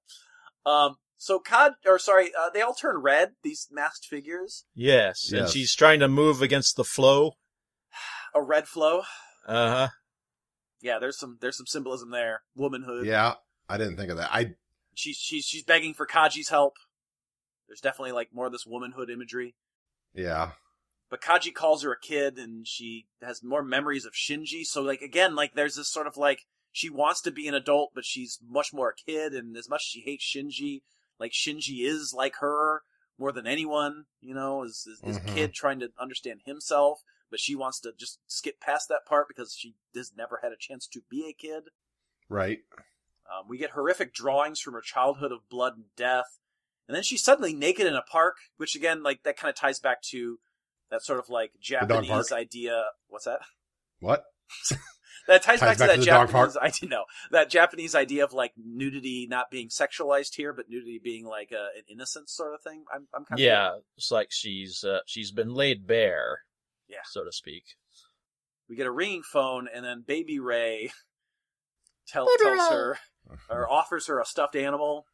Um. So Cod, or sorry, uh, they all turn red. These masked figures, Yes, and Yes. she's trying to move against the flow. a red flow. Uh huh. Yeah, there's some there's some symbolism there. Womanhood. Yeah, I didn't think of that. I She's she's she's begging for Kaji's help. There's definitely like more of this womanhood imagery. yeah. but Kaji calls her a kid and she has more memories of Shinji. So like again, like there's this sort of like she wants to be an adult, but she's much more a kid. And as much as she hates Shinji, like Shinji is like her more than anyone. You know, is is, is a Mhm. kid trying to understand himself, but she wants to just skip past that part because she has never had a chance to be a kid. Right. Um, we get horrific drawings from her childhood of blood and death. And then she's suddenly naked in a park, which again, like, that kind of ties back to that sort of like dog Japanese park? idea. What's that? What? That ties, back, Ties to back that to the dog park? Japanese idea. No, that Japanese idea of like nudity not being sexualized here, but nudity being like a, an innocent sort of thing. I'm, I'm kind of Yeah, it's like she's uh, she's been laid bare. Yeah. so to speak. we get a ringing phone, and then Baby Ray tell, Baby tells Ray. her or offers her a stuffed animal,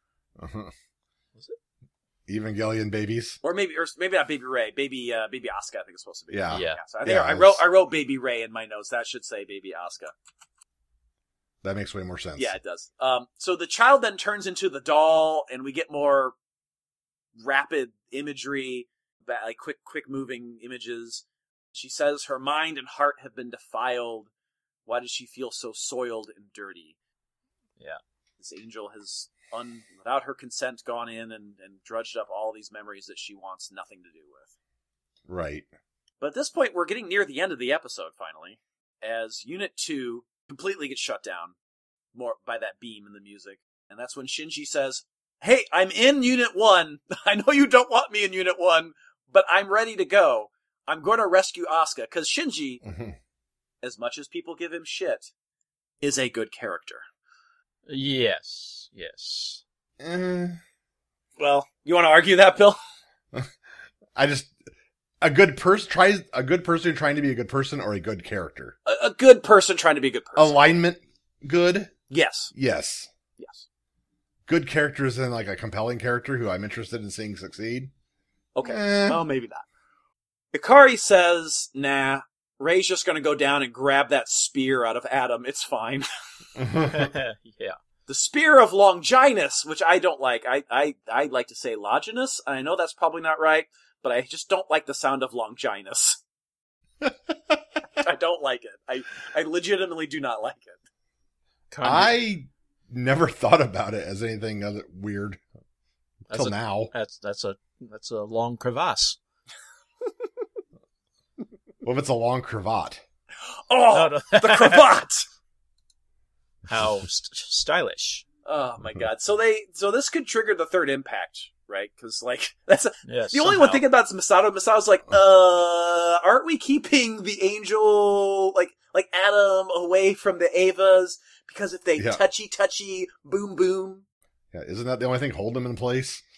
Evangelion babies. or maybe or maybe not Baby Ray, Baby uh, Baby Asuka, I think it's supposed to be. Yeah. yeah. Yeah, so I think Yeah, I, it's- wrote I wrote Baby Ray in my notes. That should say Baby Asuka. That makes way more sense. Yeah, it does. Um, so the child then turns into the doll, and we get more rapid imagery, ba- like quick, quick moving images. She says her mind and heart have been defiled. Why does she feel so soiled and dirty? Yeah. this angel has, un- without her consent, gone in and, and drudged up all these memories that she wants nothing to do with. Right. But at this point, we're getting near the end of the episode finally, as Unit 2 completely gets shut down more by that beam and the music. And that's when Shinji says, Hey, I'm in Unit 1. I know you don't want me in Unit 1, but I'm ready to go. I'm going to rescue Asuka because Shinji, Mhm. as much as people give him shit, is a good character. Yes, yes. Eh, Well, you want to argue that, Bill? I just a good person tries a good person trying to be a good person or a good character. A, a good person trying to be a good person. Alignment good? yes, Yes. yes. Good characters and like a compelling character who I'm interested in seeing succeed. Okay. Eh. Well, maybe not. Ikari says, nah, Ray's just going to go down and grab that spear out of Adam. It's fine. yeah. The spear of Longinus, which I don't like. I, I, I like to say Longinus. I know that's probably not right, but I just don't like the sound of Longinus. I don't like it. I, I legitimately do not like it. Kind of- I never thought about it as anything other weird that's till a- now. That's that's a that's a long crevasse. What if it's a long cravat? Oh, No, the no. cravat! How st- stylish. Oh my god. So they, so this could trigger the third impact, right? Cause like, that's, Yes. The only one somehow. thing about Masato, Masato's like, uh, aren't we keeping the angel, like, like Adam away from the Avas? Because if they Yeah. touchy touchy, boom boom. Yeah, isn't that the only thing holding them in place?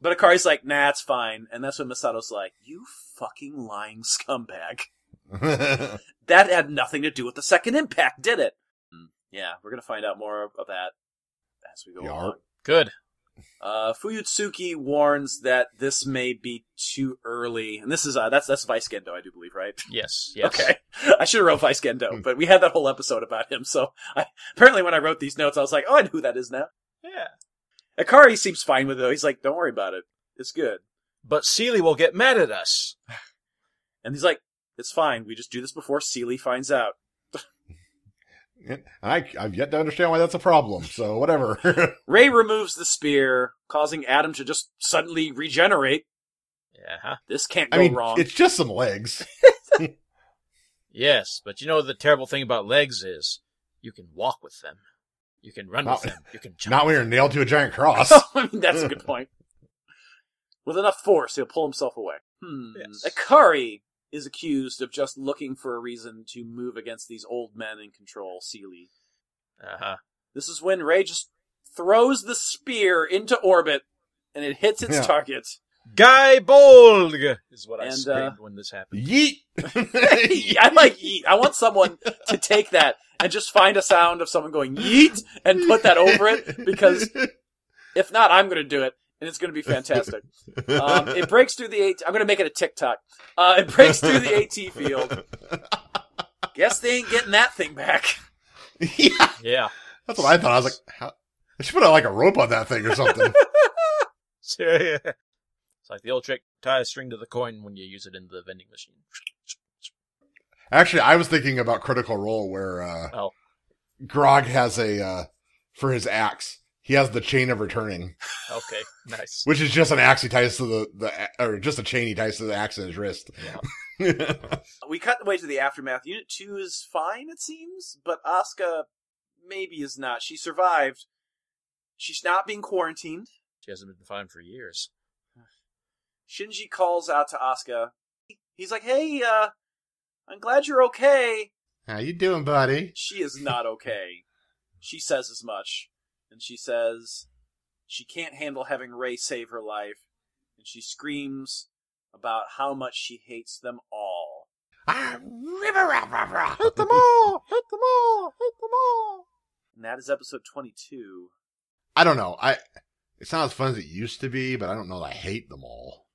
But Akari's like, nah, it's fine. And that's when Masato's like, you fucking lying scumbag. That had nothing to do with the second impact, did it? Hmm. Yeah, we're gonna find out more of that as we go Yarp. along. Good. Uh, Fuyutsuki warns that this may be too early, and this is uh, that's that's Vice Gendo, I do believe, right? Yes. Yes. Okay. I should have wrote Vice Hmm. Gendo, but we had that whole episode about him, so I, apparently when I wrote these notes, I was like, oh, I know who that is now. Yeah. Akari seems fine with it, though. He's like, don't worry about it. It's good. But Seely will get mad at us. And he's like, it's fine. We just do this before Seely finds out. And I, I've yet to understand why that's a problem. So whatever. Ray removes the spear, causing Adam to just suddenly regenerate. Yeah. huh? This can't go I mean, wrong. it's just some legs. Yes, but you know the terrible thing about legs is you can walk with them, you can run Not- with them, you can jump. Not when you're nailed to a giant cross. I mean, that's a good point. With enough force, he'll pull himself away. Hmm. Yes. Akari is accused of just looking for a reason to move against these old men in control, Seely. Uh huh. This is when Ray just throws the spear into orbit and it hits its Yeah. target. Guy Bolg is what I And, screamed uh, when this happened. Yeet. I like yeet. I want someone to take that and just find a sound of someone going yeet and put that over it because if not, I'm going to do it and it's going to be fantastic. Um, it breaks through the AT. I'm going to make it a TikTok. Uh, it breaks through the AT field. Guess they ain't getting that thing back. yeah, Yeah, that's what I thought. I was like, how? I should put like a rope on that thing or something. it's like the old trick: tie a string to the coin when you use it in the vending machine. Actually, I was thinking about Critical Role where uh, Oh. Grog has a uh, for his axe. He has the chain of returning, Okay, nice. which is just an axe he ties to the, the a- or just a chain he ties to the axe in his wrist. We cut away to the aftermath. Unit 2 is fine, it seems, but Asuka maybe is not. She survived. She's not being quarantined. She hasn't been fine for years. Shinji calls out to Asuka. He's like, hey, uh, I'm glad you're okay. How you doing, buddy? She is not okay. She says as much. And she says she can't handle having Ray save her life. And she screams about how much she hates them all. Ah, river, rah, rah, rah. And that is episode 22. I don't know. I it's not as fun as it used to be, but I don't know. that I hate them all.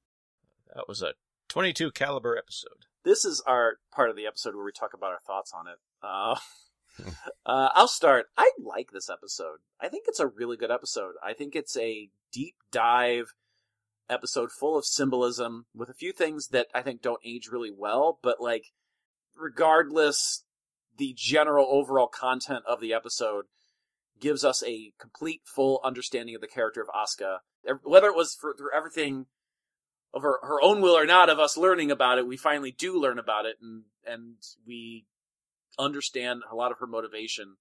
That was a 22 caliber episode. This is our part of the episode where we talk about our thoughts on it. Uh, Uh, I'll start. I like this episode. I think it's a really good episode. I think it's a deep dive episode full of symbolism with a few things that I think don't age really well, but like, regardless, the general overall content of the episode gives us a complete, full understanding of the character of Asuka. Ev- Whether it was for, through everything of her, her own will or not, of us learning about it, we finally do learn about it, and and we understand a lot of her motivation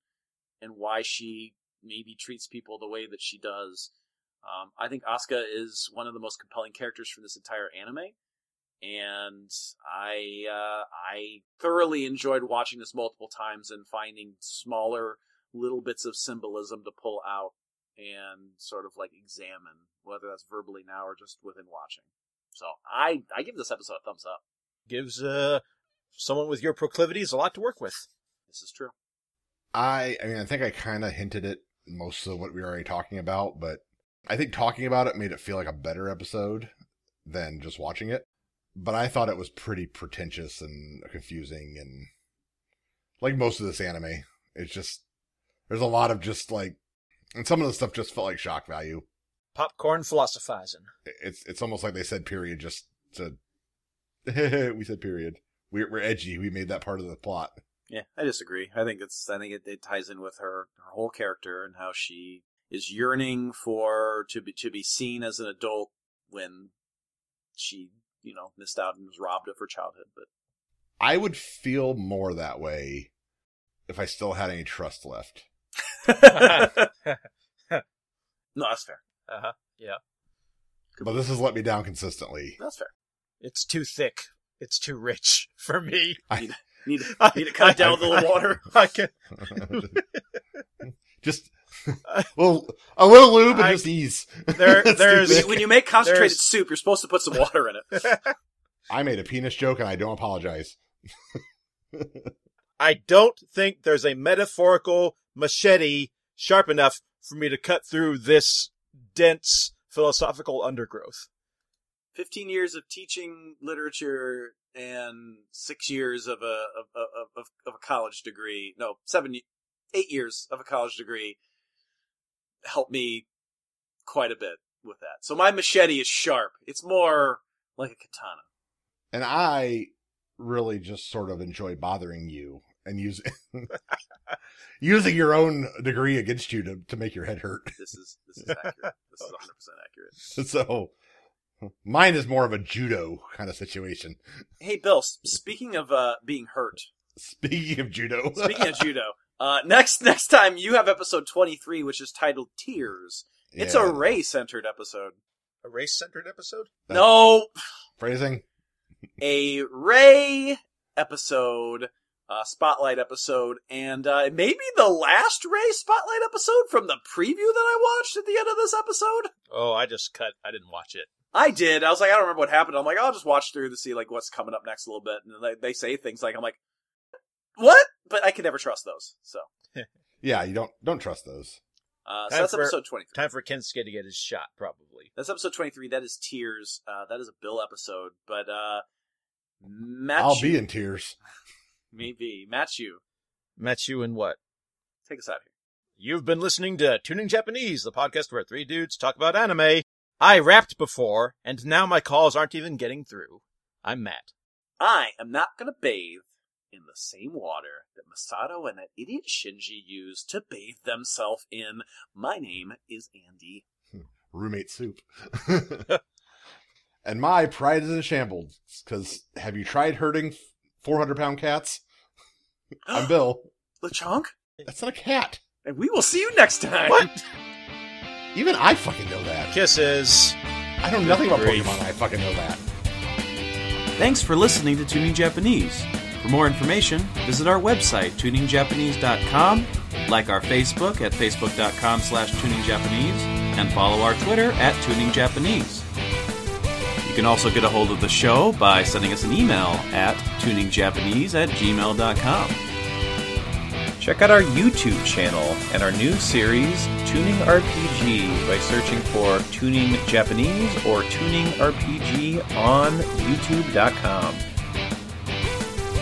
and why she maybe treats people the way that she does. Um, I think Asuka is one of the most compelling characters from this entire anime, and I uh, I thoroughly enjoyed watching this multiple times and finding smaller little bits of symbolism to pull out and sort of like examine, whether that's verbally now or just within watching. So I I give this episode a thumbs up. Gives uh, someone with your proclivities a lot to work with. This is true. I I mean I think I kind of hinted at most of what we were already talking about, but I think talking about it made it feel like a better episode than just watching it. But I thought it was pretty pretentious and confusing and like most of this anime, it's just there's a lot of just like and some of the stuff just felt like shock value. Popcorn philosophizing. It- It's it's almost like they said period just to we said period. We're, we're edgy. We made that part of the plot. Yeah, I disagree. I think it's I think it, it ties in with her her whole character and how she is yearning for to be to be seen as an adult when she you know missed out and was robbed of her childhood. But I would feel more that way if I still had any trust left. no, that's fair. Uh-huh. But this has let me down consistently. That's fair. It's too thick. It's too rich for me. Need to, need to cut it down with a little water. I can, just a little, a little lube and I- just ease. there, That's there's stupid. when you make concentrated There's- soup, you're supposed to put some water in it. I made a penis joke and I don't apologize. I don't think there's a metaphorical machete sharp enough for me to cut through this dense philosophical undergrowth. Fifteen years of teaching literature and six years of a of of, of, of a college degree. No, seven, y- eight years of a college degree helped me quite a bit with that. So my machete is sharp. It's more like a katana. And I really just sort of enjoy bothering you and use, using your own degree against you to, to make your head hurt. This is this is accurate. this is 100 percent accurate. So mine is more of a judo kind of situation. Hey, Bill. s- Speaking of uh, being hurt, Speaking of judo, Speaking of judo, uh, next next time you have episode twenty three, which is titled "Tears." It's Yeah, a Ray centered episode. a race-centered episode. That- No, phrasing. a Ray episode, uh, spotlight episode, and uh, maybe the last Ray spotlight episode from the preview that I watched at the end of this episode. Oh, I just cut. I didn't watch it. I did. I was like, I don't remember what happened. I'm like, I'll just watch through to see like what's coming up next a little bit, and they, they say things like, I'm like, what? But I can never trust those. So, Yeah, you don't don't trust those. uh, so Time that's for- episode twenty three. Time for Kensuke to get his shot, probably. That's episode 23. That is Tears. Uh, that is a Bill episode. But uh, Matthew, I'll be in tears. Maybe. Matthew, Met you in what? take us out here. You've been listening to Tuning Japanese, the podcast where three dudes talk about anime. I rapped before, and now my calls aren't even getting through. I'm Matt. I am not going to bathe in the same water that Masato and that idiot Shinji used to bathe themselves in. My name is Andy. Roommate soup. and my pride is in shambles because have you tried herding 400 pound cats? I'm Bill. LeChonk, That's not a cat. and we will see you next time. What? Even I fucking know that. Kisses. I know nothing about Grief. Pokemon. I fucking know that. Thanks for listening to Tuning Japanese. For more information, visit our website, tuningjapanese.com, like our Facebook at facebook.com slash tuningjapanese, and follow our Twitter at tuningjapanese. You can also get a hold of the show by sending us an email at tuningjapanese at gmail.com. Check out our YouTube channel and our new series, Tuning RPG, by searching for Tuning Japanese or Tuning RPG on YouTube.com.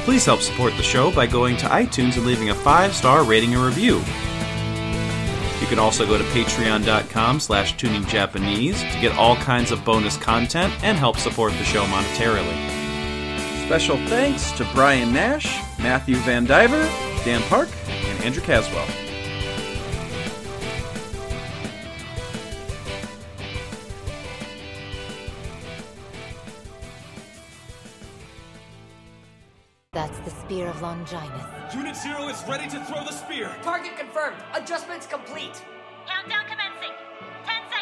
Please help support the show by going to iTunes and leaving a five-star rating and review. You can also go to patreon.com slash tuningjapanese to get all kinds of bonus content and help support the show monetarily. Special thanks to Brian Nash, Matthew Van Diver, Dan Park, and Andrew Caswell. That's the spear of Longinus. Unit Zero is ready to throw the spear. Target confirmed. Adjustments complete. Countdown commencing. 10